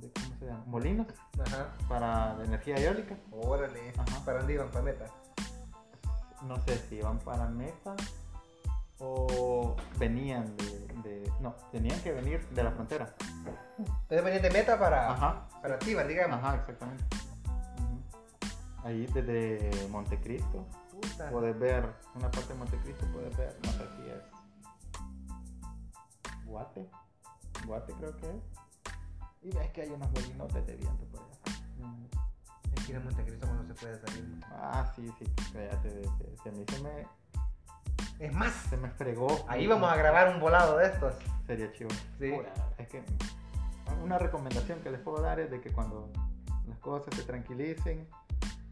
Speaker 3: de ¿cómo se llama? Molinos
Speaker 1: Ajá.
Speaker 3: para de energía eólica.
Speaker 1: Órale.
Speaker 3: Ajá.
Speaker 1: Para dónde iban, para meta.
Speaker 3: No sé si iban para Meta o venían de, de- no, tenían que venir de la frontera.
Speaker 1: Entonces venían de meta para,
Speaker 3: Ajá,
Speaker 1: para Tiban, digamos.
Speaker 3: ajá, exactamente. Ujú. Ahí desde Montecristo.
Speaker 1: Puta.
Speaker 3: Puedes ver una parte de Montecristo, puedes ver, no sé si es Guate, Guate creo que es. Y ves que hay unos molinotes de viento por allá.
Speaker 1: Mm. Aquí en Montecristo cuando se puede salir. ma.
Speaker 3: Ah, sí, sí, cállate, de- de- de- a mí se me,
Speaker 1: Es más,
Speaker 3: se me fregó.
Speaker 1: ahí vamos a grabar un volado de estos.
Speaker 3: Sería chido.
Speaker 1: Sí.
Speaker 3: Pura, Es que una recomendación que les puedo dar es de que cuando las cosas se tranquilicen,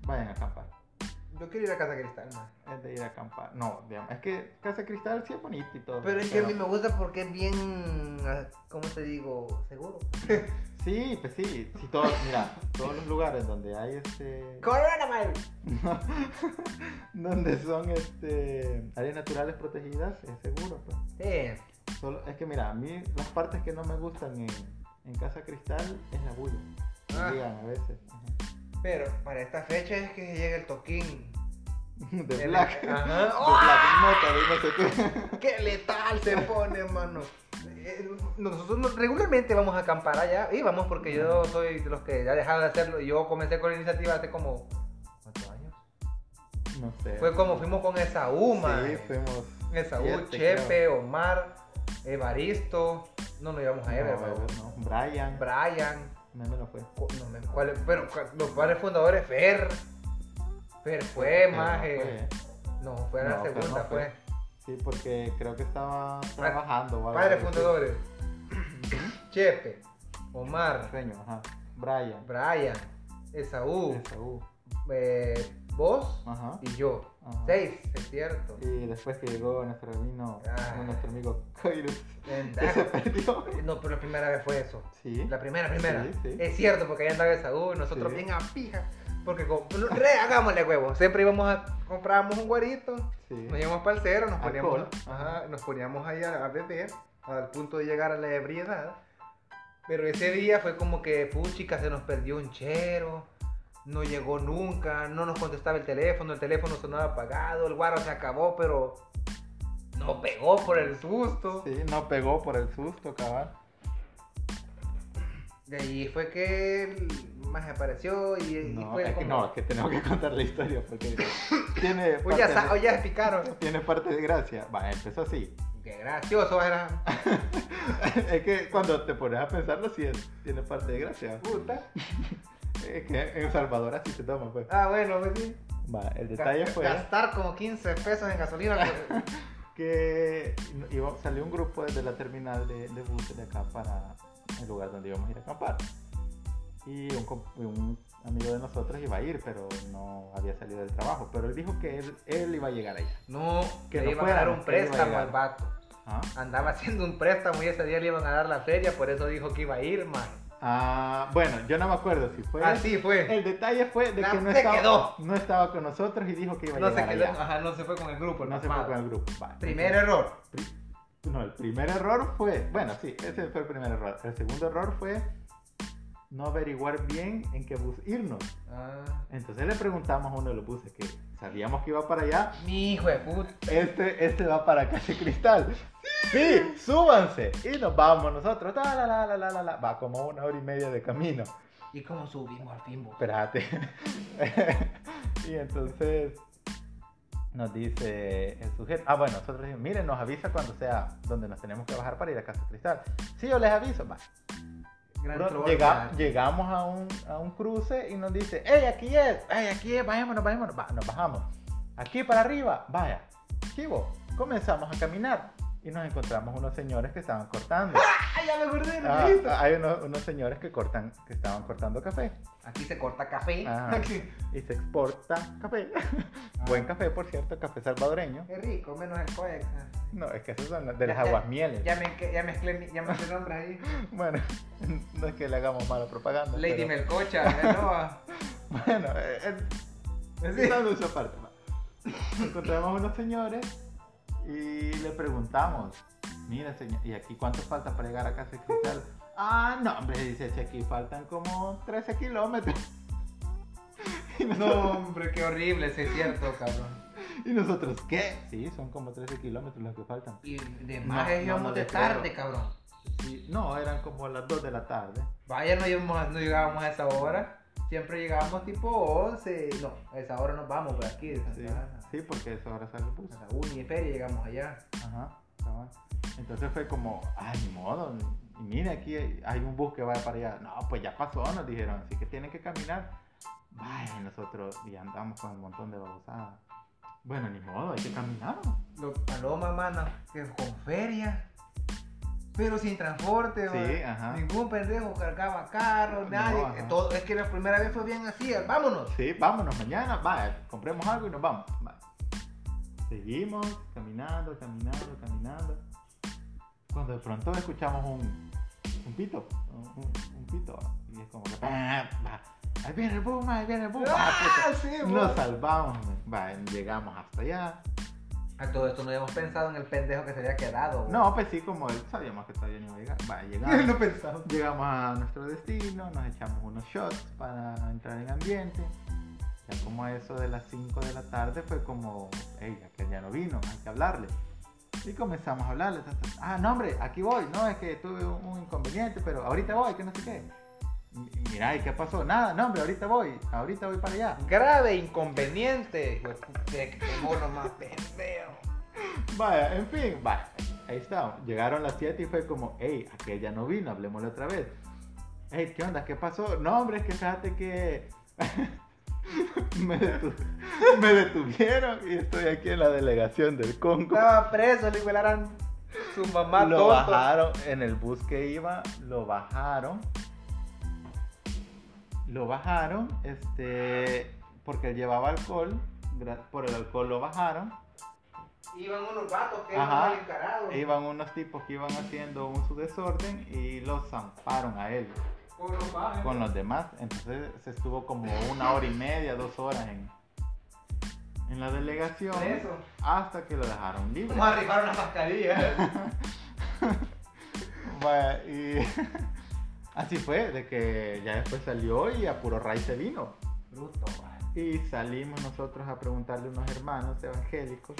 Speaker 3: vayan a acampar.
Speaker 1: Yo quiero ir a Casa Cristal, ma.
Speaker 3: Es de ir a acampar. No, digamos, es que Casa Cristal sí es bonito y todo.
Speaker 1: Pero es que a mí me gusta porque es bien, ah, ¿cómo te digo? Seguro.
Speaker 3: Sí, pues sí. sí todos, mira, todos los lugares donde hay este.
Speaker 1: Coronavirus.
Speaker 3: donde son este áreas naturales protegidas, es seguro, pues.
Speaker 1: Sí.
Speaker 3: Solo, es que mira, a mí las partes que no me gustan en, en Casa Cristal es la bulla.
Speaker 1: Ah.
Speaker 3: Digan a veces. ajá.
Speaker 1: Pero para esta fecha es que llega el toquín.
Speaker 3: De
Speaker 1: El-
Speaker 3: black. De
Speaker 1: Ajá. ¡Oh,
Speaker 3: black metal y no sé qué.
Speaker 1: ¡Qué letal se pone, hermano! Eh, Nosotros no- regularmente vamos a acampar allá. Íbamos porque yo soy de los que ya dejaron de hacerlo. Yo comencé con la iniciativa hace como. ¿Cuántos años?
Speaker 3: No sé.
Speaker 1: Fue como fuimos con esa UMA.
Speaker 3: Sí, fuimos.
Speaker 1: Esaú,
Speaker 3: siete,
Speaker 1: Chepe,
Speaker 3: creo.
Speaker 1: Omar, Evaristo. No, no íbamos
Speaker 3: No,
Speaker 1: a Ever, bro.
Speaker 3: Ever, no. Brian.
Speaker 1: Brian.
Speaker 3: No me lo fue.
Speaker 1: cu- No, me- ¿cuál es? pero cu- los padres fundadores, Fer. Fer fue,
Speaker 3: Pero no
Speaker 1: más.
Speaker 3: fue.
Speaker 1: No, fue la
Speaker 3: No, Fer no
Speaker 1: segunda,
Speaker 3: fue.
Speaker 1: fue.
Speaker 3: Sí, porque creo que estaba trabajando. o algo
Speaker 1: Padres
Speaker 3: así.
Speaker 1: fundadores. Chepe, Omar,
Speaker 3: Reño, ajá. Brian.
Speaker 1: Brian, Esaú,
Speaker 3: Esaú.
Speaker 1: eh, vos
Speaker 3: Ajá.
Speaker 1: y yo.
Speaker 3: Ajá.
Speaker 1: Seis, es cierto.
Speaker 3: Y después que llegó nuestro amigo,
Speaker 1: Ah.
Speaker 3: nuestro amigo Koirus, que se
Speaker 1: Anda.
Speaker 3: perdió.
Speaker 1: No, pero la primera vez fue eso.
Speaker 3: Sí.
Speaker 1: La primera, primera.
Speaker 3: Sí, sí.
Speaker 1: Es cierto, porque ahí andaba Esaú y nosotros
Speaker 3: Sí.
Speaker 1: bien a pija. Porque como, no, re, hagámosle huevo. Siempre íbamos a comprábamos un guarito,
Speaker 3: Sí.
Speaker 1: nos íbamos para el cero, nos poníamos,
Speaker 3: Alcohol.
Speaker 1: ajá, nos poníamos ahí a, a beber, al punto de llegar a la ebriedad. Pero ese día fue como que, puchica, se nos perdió un chero, no llegó nunca, no nos contestaba el teléfono, el teléfono sonaba apagado, el guaro se acabó, pero no pegó por el susto.
Speaker 3: Sí, no pegó por el susto, cabal.
Speaker 1: De ahí fue que el maje apareció y, y
Speaker 3: No,
Speaker 1: fue
Speaker 3: es que,
Speaker 1: como...
Speaker 3: no, es que tenemos que contar la historia porque tiene
Speaker 1: Hoy ya,
Speaker 3: parte
Speaker 1: sa- hoy
Speaker 3: de,
Speaker 1: ya explicaron.
Speaker 3: tiene parte de gracia. Va, empezó así.
Speaker 1: Qué gracioso era.
Speaker 3: es que cuando te pones a pensarlo, sí es, tiene parte de gracia.
Speaker 1: Puta.
Speaker 3: Es que en Salvador así se toma, pues.
Speaker 1: Ah, bueno, pues sí.
Speaker 3: Va, el detalle
Speaker 1: Gas-
Speaker 3: fue
Speaker 1: Gastar como 15 pesos en gasolina. pues,
Speaker 3: que iba- salió un grupo desde la terminal de, de buses de acá para el lugar donde íbamos a ir a acampar. Y un, com- un amigo de nosotros iba a ir, pero no había salido del trabajo. Pero él dijo que él, él iba a llegar allá.
Speaker 1: no,
Speaker 3: Que
Speaker 1: le
Speaker 3: no
Speaker 1: iban a
Speaker 3: fuera,
Speaker 1: dar un
Speaker 3: que le iba a
Speaker 1: préstamo
Speaker 3: llegar.
Speaker 1: al vato.
Speaker 3: Ah,
Speaker 1: Andaba haciendo un préstamo y ese día le iban a dar la feria, por eso dijo que iba a ir, man.
Speaker 3: Ah, bueno, yo no me acuerdo si fue...
Speaker 1: Así fue.
Speaker 3: El detalle fue de
Speaker 1: No,
Speaker 3: que no
Speaker 1: se
Speaker 3: estaba,
Speaker 1: quedó.
Speaker 3: no estaba con nosotros y dijo que iba a
Speaker 1: No se,
Speaker 3: llegar
Speaker 1: quedó, Ah,
Speaker 3: allá.
Speaker 1: ajá, no se fue con el grupo.
Speaker 3: No se fue
Speaker 1: hermano.
Speaker 3: con el grupo. Va,
Speaker 1: Primer error.
Speaker 3: No, el primer error fue, bueno, sí, ese fue el primer error. El segundo error fue no averiguar bien en qué bus irnos.
Speaker 1: Ah,
Speaker 3: Entonces le preguntamos a uno de los buses que sabíamos que iba para allá.
Speaker 1: mi hijo de puta.
Speaker 3: Este, este va para Calle Cristal. Sí, súbanse y nos vamos nosotros. Ta, la, la, la, la, la, la. Va como una hora y media de camino.
Speaker 1: ¿Y cómo subimos al fin, vos?
Speaker 3: Espérate. y entonces nos dice el sujeto. Ah, bueno, nosotros dijimos, miren, nos avisa cuando sea donde nos tenemos que bajar para ir a Casa Cristal. Sí, yo les aviso. Va.
Speaker 1: Gran
Speaker 3: Bro,
Speaker 1: troll,
Speaker 3: llega-
Speaker 1: man.
Speaker 3: llegamos a un, a un cruce y nos dice, hey, aquí es, hey, aquí es, bajémonos, bajémonos. Va, nos bajamos. Aquí para arriba, vaya. Chivo, comenzamos a caminar y nos encontramos unos señores que estaban cortando.
Speaker 1: ¡Ah, ya me acordé!
Speaker 3: Ah,
Speaker 1: listo.
Speaker 3: hay unos, unos señores que cortan, que estaban cortando café
Speaker 1: Aquí se corta café.
Speaker 3: Ajá.
Speaker 1: Aquí. Ah,
Speaker 3: y se exporta café. Ah. Buen café, por cierto, café salvadoreño.
Speaker 1: Qué rico, menos el coex. ah.
Speaker 3: No, es que esos son de
Speaker 1: Ya-
Speaker 3: las
Speaker 1: ya-
Speaker 3: aguasmieles.
Speaker 1: Ya, me, ya mezclé, mi- ya mezclé nombres ahí.
Speaker 3: Bueno, no es que le hagamos mala propaganda.
Speaker 1: Lady
Speaker 3: pero-
Speaker 1: Melcocha, ¿eh? Melcocha,
Speaker 3: Bueno, eh, eh,
Speaker 1: Sí.
Speaker 3: quitando esa parte. va. Encontramos unos señores y le preguntamos, mira señor, ¿y aquí cuánto falta para llegar a Casa de Cristal? Ah, no, hombre, dice, si aquí faltan como 13 kilómetros. Y
Speaker 1: Nova.
Speaker 3: nosotros-
Speaker 1: No, hombre, qué horrible, sí es cierto, cabrón.
Speaker 3: ¿Y nosotros qué? Sí, son como 13 kilómetros los que faltan.
Speaker 1: Y de
Speaker 3: No,
Speaker 1: más
Speaker 3: no,
Speaker 1: íbamos
Speaker 3: no
Speaker 1: de
Speaker 3: le creo.
Speaker 1: tarde, cabrón.
Speaker 3: Sí, no, eran como a las 2 de la tarde.
Speaker 1: Vaya, no, íbamos- no llegábamos a esa hora. Siempre llegábamos tipo 11. No, a esa hora nos vamos por aquí. de
Speaker 3: Sí,
Speaker 1: Santa Ana.
Speaker 3: sí, porque eso ahora sale el bus.
Speaker 1: A la uni y feria llegamos allá.
Speaker 3: Ajá, está bueno. Entonces fue como, ay, ni modo. Y mira, aquí hay hay un bus que va para allá. No, pues ya pasó, nos dijeron. Así que tienen que caminar. Vaya, y nosotros y andamos con un montón de babosadas. Bueno, ni modo, hay que caminar.
Speaker 1: Los Paloma, mano, que con feria. pero sin transporte,
Speaker 3: Sí,
Speaker 1: ¿verdad?
Speaker 3: ajá.
Speaker 1: ningún pendejo cargaba carro,
Speaker 3: No,
Speaker 1: nadie. Eh,
Speaker 3: ajá.
Speaker 1: todo- es que la primera vez fue bien así, vámonos.
Speaker 3: Sí, vámonos mañana, vaya, compremos algo y nos vamos. vaya. Seguimos caminando, caminando, caminando. Cuando de pronto escuchamos un, un pito, un, un- un pito, y es como que. "Ah, va, Ahí viene el boom, ahí viene el boom. va,
Speaker 1: Ah,
Speaker 3: puta".
Speaker 1: sí,
Speaker 3: nos
Speaker 1: vos.
Speaker 3: salvamos, man. Va, llegamos hasta allá.
Speaker 1: A todo esto no habíamos pensado en el pendejo que se había quedado. güey.
Speaker 3: No, pues sí, como él, sabíamos que todavía no iba a llegar. Va, llegamos.
Speaker 1: no pensaba.
Speaker 3: Llegamos a nuestro destino, nos echamos unos shots para entrar en ambiente. Ya como a eso de las 5 de la tarde fue como, hey, aquel ya no vino, hay que hablarle. Y comenzamos a hablarle. ta, ta, Ah, no, hombre, aquí voy. No, es que tuve un, un inconveniente, pero ahorita voy, que no sé qué. M- Mirá, ¿y qué pasó? Nada, no, hombre, ahorita voy. Ahorita voy para allá.
Speaker 1: Grave inconveniente, güey. Qué mono más pendejo.
Speaker 3: Vaya, en fin, vaya, ahí está. Llegaron las 7 y fue como, hey, aquella no vino, hablemosle otra vez. Hey, ¿qué onda? ¿Qué pasó? No, hombre, es que fíjate que me, detu- me detuvieron y estoy aquí en la delegación del Congo.
Speaker 1: Estaba preso, le igualaran su mamá
Speaker 3: lo
Speaker 1: tonto.
Speaker 3: bajaron en el bus que iba, lo bajaron. Lo bajaron, este, porque llevaba alcohol, gra- por el alcohol lo bajaron.
Speaker 1: Iban unos vatos que
Speaker 3: Ajá.
Speaker 1: eran mal encarados.
Speaker 3: Iban unos tipos que iban haciendo un su desorden y lo zamparon a él
Speaker 1: Con los vatos.
Speaker 3: con los demás. Entonces se estuvo como una hora y media, dos horas en, en la delegación
Speaker 1: Preso.
Speaker 3: hasta que lo dejaron libre.
Speaker 1: Vamos a rifar una mascarilla.
Speaker 3: Vaya, y así fue, de que ya después salió y a puro raíz se vino.
Speaker 1: Bruto, güey.
Speaker 3: Y salimos nosotros a preguntarle a unos hermanos evangélicos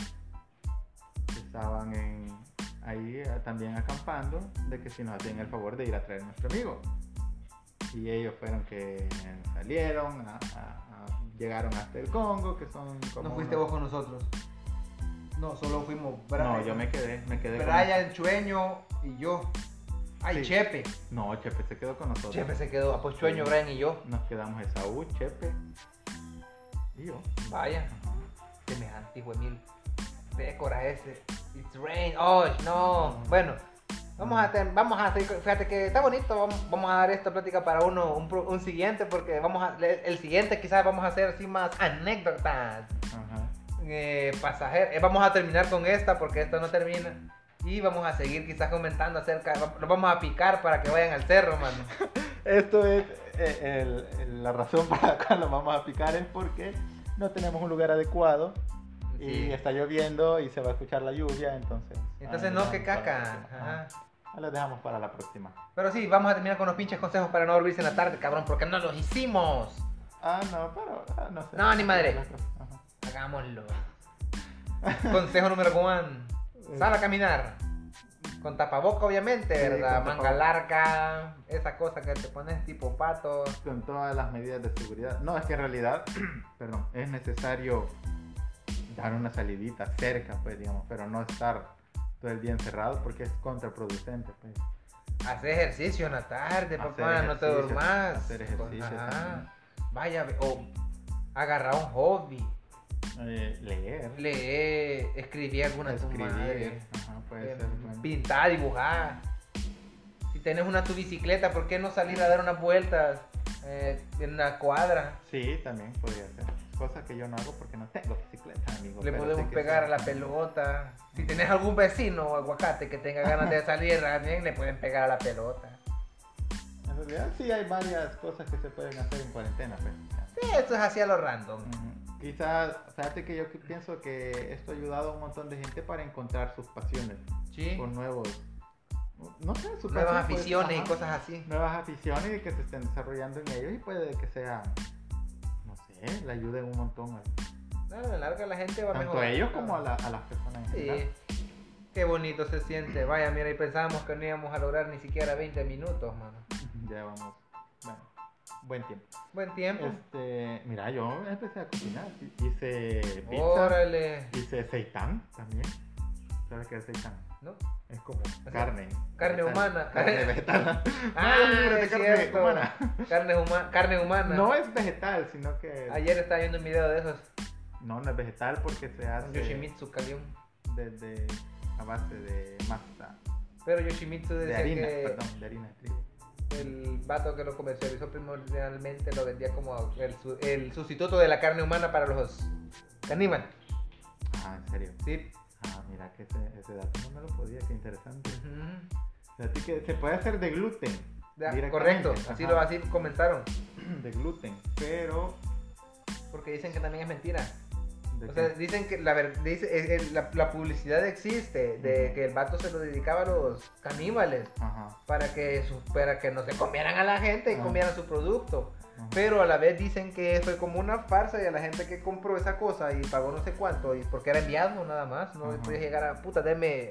Speaker 3: que estaban en- ahí eh, también acampando de que si nos hacían el favor de ir a traer a nuestro amigo. Y ellos fueron que salieron, a- a- a- llegaron hasta el Congo, que son como...
Speaker 1: No fuiste
Speaker 3: unos-
Speaker 1: vos con nosotros. No, solo fuimos Brian.
Speaker 3: No, yo me quedé, me quedé. con-
Speaker 1: Brian, Chueño y yo. Ay,
Speaker 3: Sí.
Speaker 1: Chepe.
Speaker 3: No, Chepe se quedó con nosotros.
Speaker 1: Chepe se quedó. Ah, pues Chueño,
Speaker 3: Sí.
Speaker 1: Brian y yo.
Speaker 3: Nos quedamos Esaú, Chepe y yo.
Speaker 1: Vaya,
Speaker 3: Ajá.
Speaker 1: semejante hijo de mil. Pécora ese. It's rain. Oh, no.
Speaker 3: Mm.
Speaker 1: Bueno. Vamos a, ten- vamos a seguir, con- fíjate que está bonito, vamos, vamos a dar esta plática para uno, un, pro- un siguiente, porque vamos a, le- el siguiente quizás vamos a hacer así más anécdotas
Speaker 3: Ajá.
Speaker 1: eh, pasajeras. Eh, vamos a terminar con esta, porque esta no termina, y vamos a seguir quizás comentando acerca, nos vamos a picar para que vayan al cerro, mano.
Speaker 3: Esto es eh, el- el- la razón para la cual lo vamos a picar es porque no tenemos un lugar adecuado
Speaker 1: Sí.
Speaker 3: y está lloviendo y se va a escuchar la lluvia, entonces.
Speaker 1: Entonces
Speaker 3: ahí
Speaker 1: no,
Speaker 3: lo
Speaker 1: que
Speaker 3: dejamos para la
Speaker 1: caca.
Speaker 3: próxima.
Speaker 1: Ajá.
Speaker 3: Ahí lo dejamos para la próxima.
Speaker 1: Pero sí, vamos a terminar con los pinches consejos para no dormirse en la tarde, cabrón, porque no los hicimos.
Speaker 3: Ah, no, pero ah, no sé.
Speaker 1: No, ni madre.
Speaker 3: Ajá.
Speaker 1: Hagámoslo. Consejo número uno. Sal a caminar. Con tapaboca, obviamente,
Speaker 3: Sí,
Speaker 1: ¿verdad?
Speaker 3: con
Speaker 1: Manga
Speaker 3: tapaboca.
Speaker 1: larga, esa cosa que te pones tipo pato.
Speaker 3: Con todas las medidas de seguridad. No, es que en realidad, perdón, es necesario dar una salidita cerca, pues digamos, pero no estar todo el día encerrado porque es contraproducente. Pues.
Speaker 1: Hacer ejercicio en la tarde,
Speaker 3: Hacer
Speaker 1: papá, no te
Speaker 3: ejercicio,
Speaker 1: dormas.
Speaker 3: hacer ejercicio
Speaker 1: Ajá.
Speaker 3: también.
Speaker 1: Vaya, ve- o agarrar un hobby.
Speaker 3: Eh, leer.
Speaker 1: Leer, escribir alguna tu madre.
Speaker 3: escribir. Ajá, puede
Speaker 1: Eh,
Speaker 3: ser. bueno.
Speaker 1: pintar, dibujar. Si tenés una tu bicicleta, ¿por qué no salir a dar unas vueltas eh, en la cuadra?
Speaker 3: Sí, también podría ser. Cosa que yo no hago porque no tengo bicicleta, amigo.
Speaker 1: Le
Speaker 3: pero
Speaker 1: podemos
Speaker 3: sé que
Speaker 1: pegar a
Speaker 3: sí.
Speaker 1: la pelota. Si tenés algún vecino aguacate que tenga ganas de salir también, le pueden pegar a la pelota.
Speaker 3: En realidad sí hay varias cosas que se pueden hacer en cuarentena, pues.
Speaker 1: Sí, Esto es hacia lo random.
Speaker 3: Ujú. Quizás, fíjate que yo que pienso que esto ha ayudado a un montón de gente para encontrar sus pasiones,
Speaker 1: Sí.
Speaker 3: con nuevos, no sé, sus pues,
Speaker 1: Nuevas aficiones y cosas así.
Speaker 3: Nuevas aficiones y que se estén desarrollando en ellos y puede que sea, no sé, le ayuden un montón, a-
Speaker 1: A la larga la gente va mejor.
Speaker 3: tanto a ellos como a, la- a las personas en general.
Speaker 1: Sí. Qué bonito se siente. Vaya, mira, y pensábamos que no íbamos a lograr ni siquiera 20 minutos, mano.
Speaker 3: Ya vamos. Bueno, buen tiempo.
Speaker 1: Buen tiempo.
Speaker 3: Este, mira, yo empecé a cocinar. Hice pizza.
Speaker 1: Órale.
Speaker 3: Hice seitán también. ¿Sabes qué es seitán?
Speaker 1: ¿No?
Speaker 3: Es como carne.
Speaker 1: carne
Speaker 3: vegetal.
Speaker 1: humana.
Speaker 3: Carne vegetal.
Speaker 1: Ah,
Speaker 3: No, yo digo de
Speaker 1: es
Speaker 3: carne
Speaker 1: cierto.
Speaker 3: humana.
Speaker 1: Carne, huma- carne humana.
Speaker 3: No es vegetal, sino que.
Speaker 1: Ayer estaba viendo un video de esos.
Speaker 3: No, no es Ah, vegetal porque se
Speaker 1: Un
Speaker 3: hace
Speaker 1: Yoshimitsu Kalion.
Speaker 3: desde a base de masa.
Speaker 1: Pero Yoshimitsu dice
Speaker 3: De harina,
Speaker 1: que
Speaker 3: perdón, de harina de trigo.
Speaker 1: el vato que lo comercializó primordialmente lo vendía como el, su- el sustituto de la carne humana para los caníbales.
Speaker 3: Ah, en serio.
Speaker 1: Sí.
Speaker 3: Ah, mira que ese, ese dato no me lo podía, qué interesante.
Speaker 1: Ujú.
Speaker 3: Así que se puede hacer de gluten.
Speaker 1: Ya,
Speaker 3: directamente.
Speaker 1: correcto, así
Speaker 3: Ajá,
Speaker 1: lo así comentaron.
Speaker 3: De gluten, pero.
Speaker 1: Porque dicen que también es mentira.
Speaker 3: de
Speaker 1: O
Speaker 3: que-
Speaker 1: sea, dicen que la, ver- dice, eh, eh, la, la publicidad existe de
Speaker 3: Ujú.
Speaker 1: que el vato se lo dedicaba a los caníbales
Speaker 3: Ajá.
Speaker 1: para que, su- para que no se comieran a la gente y
Speaker 3: Ah.
Speaker 1: comieran su producto.
Speaker 3: ajá.
Speaker 1: Pero a la vez dicen que fue como una farsa y a la gente que compró esa cosa y pagó no sé cuánto, y porque era enviado nada más, no
Speaker 3: Ajá.
Speaker 1: podía llegar a puta, deme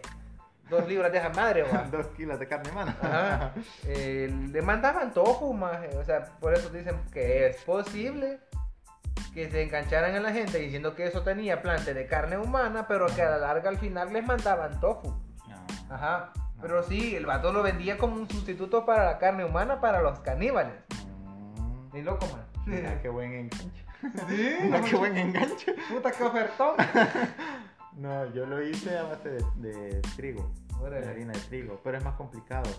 Speaker 1: dos libras de esa madre, guau".
Speaker 3: Dos kilos de carne Ah. humana.
Speaker 1: Ajá. Eh, le mandaban tofu, maje. eh, O sea, por eso dicen que es posible que se engancharan a la gente diciendo que eso tenía plante de carne humana, pero que a la larga al final les mandaban tofu.
Speaker 3: No.
Speaker 1: Ajá. Pero sí, el vato lo vendía como un sustituto para la carne humana para los caníbales.
Speaker 3: Mm.
Speaker 1: Ni loco, man.
Speaker 3: Mira qué buen enganche.
Speaker 1: Sí,
Speaker 3: Mira qué buen enganche.
Speaker 1: Puta, qué ofertón.
Speaker 3: No, yo lo hice a base de, de trigo, de
Speaker 1: Órale.
Speaker 3: harina de trigo, pero es más complicado.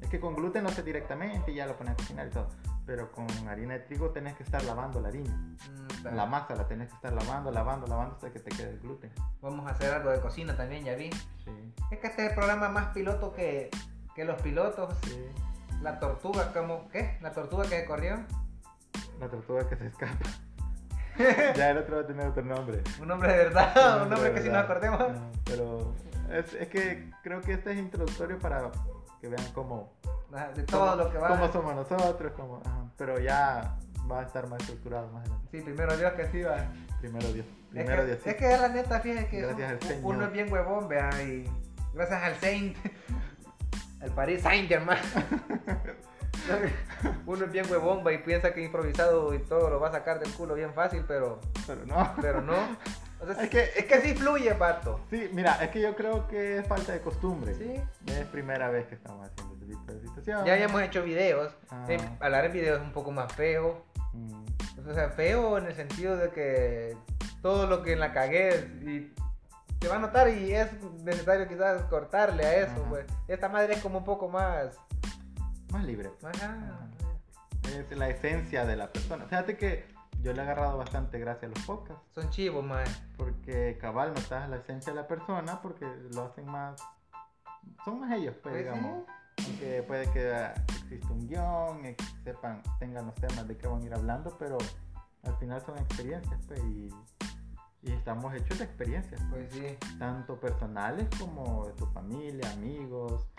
Speaker 3: Es que con gluten no sé directamente y ya lo pones a cocinar y todo. Pero con harina de trigo tenés que estar lavando la harina.
Speaker 1: Mm, ta.
Speaker 3: La masa la tenés que estar lavando, lavando, lavando hasta que te quede el gluten.
Speaker 1: Vamos a hacer algo de cocina también, ya vi.
Speaker 3: Sí,
Speaker 1: Es que este es el programa más piloto que, que los pilotos.
Speaker 3: sí.
Speaker 1: La tortuga, como, ¿qué? La tortuga que se corrió.
Speaker 3: La tortuga que se escapa. ya el otro va a tener otro nombre.
Speaker 1: Un hombre de verdad, un
Speaker 3: No,
Speaker 1: hombre
Speaker 3: de
Speaker 1: que si nos
Speaker 3: verdad.
Speaker 1: acordemos.
Speaker 3: No, pero es, es que creo que este es introductorio para que vean cómo,
Speaker 1: Ajá, De todo
Speaker 3: cómo-
Speaker 1: lo que va.
Speaker 3: cómo somos nosotros, cómo, ajá, pero ya va a estar más estructurado más adelante.
Speaker 1: Sí, primero Dios que sí va.
Speaker 3: Primero Dios,
Speaker 1: es,
Speaker 3: primero
Speaker 1: que,
Speaker 3: Dios. sí.
Speaker 1: es que es la neta, fíjate que
Speaker 3: Gracias
Speaker 1: un-
Speaker 3: al Señor.
Speaker 1: uno es bien huevón, vea, y gracias al Saint, al Paris Saint Germain. uno es bien huevón, va, y piensa que improvisado y todo lo va a sacar del culo bien fácil, pero,
Speaker 3: Pero no.
Speaker 1: pero no. O sea,
Speaker 3: Es
Speaker 1: es,
Speaker 3: que-
Speaker 1: que, es que sí fluye, pato.
Speaker 3: Sí, mira, es que yo creo que es falta de costumbre.
Speaker 1: Sí.
Speaker 3: Es primera vez que estamos haciendo este tipo de situación.
Speaker 1: Ya habíamos hecho videos.
Speaker 3: Ah.
Speaker 1: eh, hablar en videos es un poco más feo.
Speaker 3: Mm,
Speaker 1: O sea, feo en el sentido de que todo lo que la cagué y te va a notar y es necesario quizás cortarle a eso,
Speaker 3: Ajá.
Speaker 1: pues. Esta madre es como un poco más...
Speaker 3: Más libre. pues.
Speaker 1: Ajá.
Speaker 3: Es la esencia de la persona. Fíjate que yo le he agarrado bastante gracias a los podcasts.
Speaker 1: Son chivos, man.
Speaker 3: Porque cabal notas la esencia de la persona porque lo hacen más. Son más ellos, pues,
Speaker 1: Pues sí.
Speaker 3: digamos. Aunque puede que ah, exista un guión, ex- sepan, tengan los temas de que van a ir hablando, pero al final son experiencias, pues, y, y estamos hechos de experiencias, pues,
Speaker 1: Pues sí.
Speaker 3: tanto personales como de tu familia, amigos,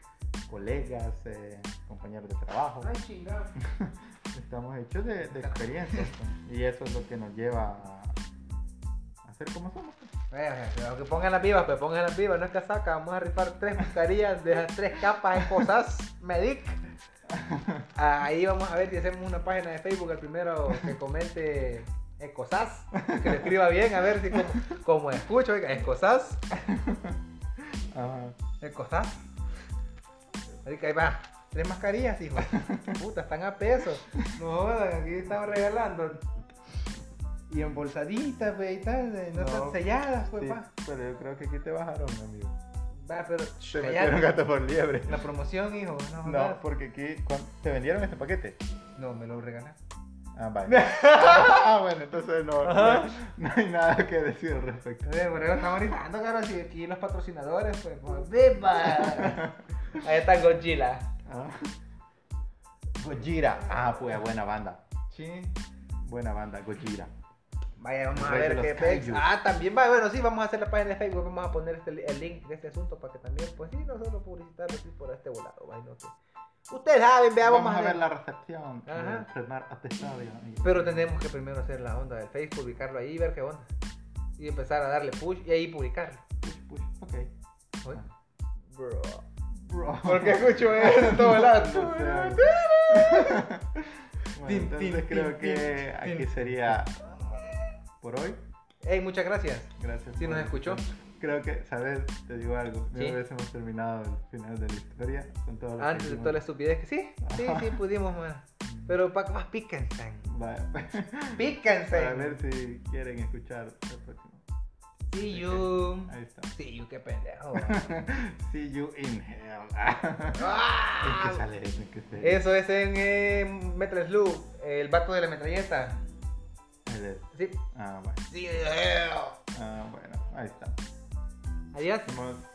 Speaker 3: colegas, eh, compañeros de trabajo.
Speaker 1: Ay, chingado.
Speaker 3: Estamos hechos de, de experiencias, pues, y eso es lo que nos lleva a, a ser como somos. pues.
Speaker 1: Aunque pongan las vivas, pues pongan las vivas, no es casaca. Vamos a rifar tres mascarillas de las tres capas esposas Medic. Ahí vamos a ver si hacemos una página de Facebook. El primero que comente Ecosas, que lo escriba bien, a ver si como, como escucho, oiga, Ecosas,
Speaker 3: Ajá.
Speaker 1: Ecosas. Así que ahí va, tres mascarillas, hijo. Puta, están a peso. No jodan, aquí están regalando. Y embolsaditas, pues, y tal, de- no,
Speaker 3: No,
Speaker 1: están selladas, pues,
Speaker 3: Sí,
Speaker 1: pa.
Speaker 3: pero yo creo que aquí te bajaron, amigo.
Speaker 1: Va, pero
Speaker 3: Te
Speaker 1: callate.
Speaker 3: metieron gato por liebre.
Speaker 1: la promoción, hijo. No,
Speaker 3: No, pues.
Speaker 1: jodas.
Speaker 3: porque aquí ¿cuán- te vendieron este paquete.
Speaker 1: no me lo regalas.
Speaker 3: Ah, vaya. ah, bueno, entonces no, no, no hay nada que decir al respecto.
Speaker 1: Entonces, por eso estamos gritando, cabrón. Si aquí los patrocinadores, pues, pues ¡Viva! Ahí está Godzilla.
Speaker 3: Ah. Gojira. Ah, pues buena banda.
Speaker 1: Sí.
Speaker 3: Buena banda, Gojira.
Speaker 1: Vaya, vamos a
Speaker 3: Rey de
Speaker 1: ver
Speaker 3: los
Speaker 1: qué pex.
Speaker 3: kaijus.
Speaker 1: Ah, también va. Bueno, sí, vamos a hacer la página de Facebook. Vamos a poner este li- el link de este asunto para que también, pues sí, no solo publicitarlo así por este volado. Vaya, no que- Ustedes saben, veamos
Speaker 3: Vamos a
Speaker 1: ver-
Speaker 3: ver la recepción. Eh,
Speaker 1: Ajá.
Speaker 3: del Frenar atestado.
Speaker 1: Pero tenemos que primero hacer la onda del Facebook, ubicarlo ahí, ver qué onda. Y empezar a darle push y ahí publicarlo.
Speaker 3: Push, push. Ok.
Speaker 1: Uy.
Speaker 3: Ah.
Speaker 1: Bro.
Speaker 3: Bro.
Speaker 1: Porque escucho eso en todos lados.
Speaker 3: No sé. Bueno,
Speaker 1: Tin,
Speaker 3: entonces
Speaker 1: tin,
Speaker 3: creo
Speaker 1: tin,
Speaker 3: que
Speaker 1: tin,
Speaker 3: aquí
Speaker 1: tin.
Speaker 3: sería por hoy.
Speaker 1: Ey, muchas gracias.
Speaker 3: Gracias.
Speaker 1: ¿Sí
Speaker 3: por-
Speaker 1: nos escuchó?
Speaker 3: Creo que, ¿sabes? Te digo algo. No
Speaker 1: Sí.
Speaker 3: hubiésemos terminado el final de la historia con todo lo que
Speaker 1: Antes de
Speaker 3: hicimos.
Speaker 1: toda la estupidez que sí, sí, sí pudimos más. Pero pa- más píquense.
Speaker 3: Va- Para
Speaker 1: Píquense.
Speaker 3: ver si quieren escuchar el próximo.
Speaker 1: See you.
Speaker 3: Ahí está.
Speaker 1: See you, qué pendejo.
Speaker 3: See you in hell. ¿En
Speaker 1: Ah,
Speaker 3: qué sale eso? ¿En qué sale?
Speaker 1: Eso es en eh, Metal Slug, el vato de la metralleta.
Speaker 3: El de-
Speaker 1: Sí.
Speaker 3: Ah, bueno.
Speaker 1: Sí, eh.
Speaker 3: Ah, bueno. Ahí está.
Speaker 1: Adiós.
Speaker 3: Hemos-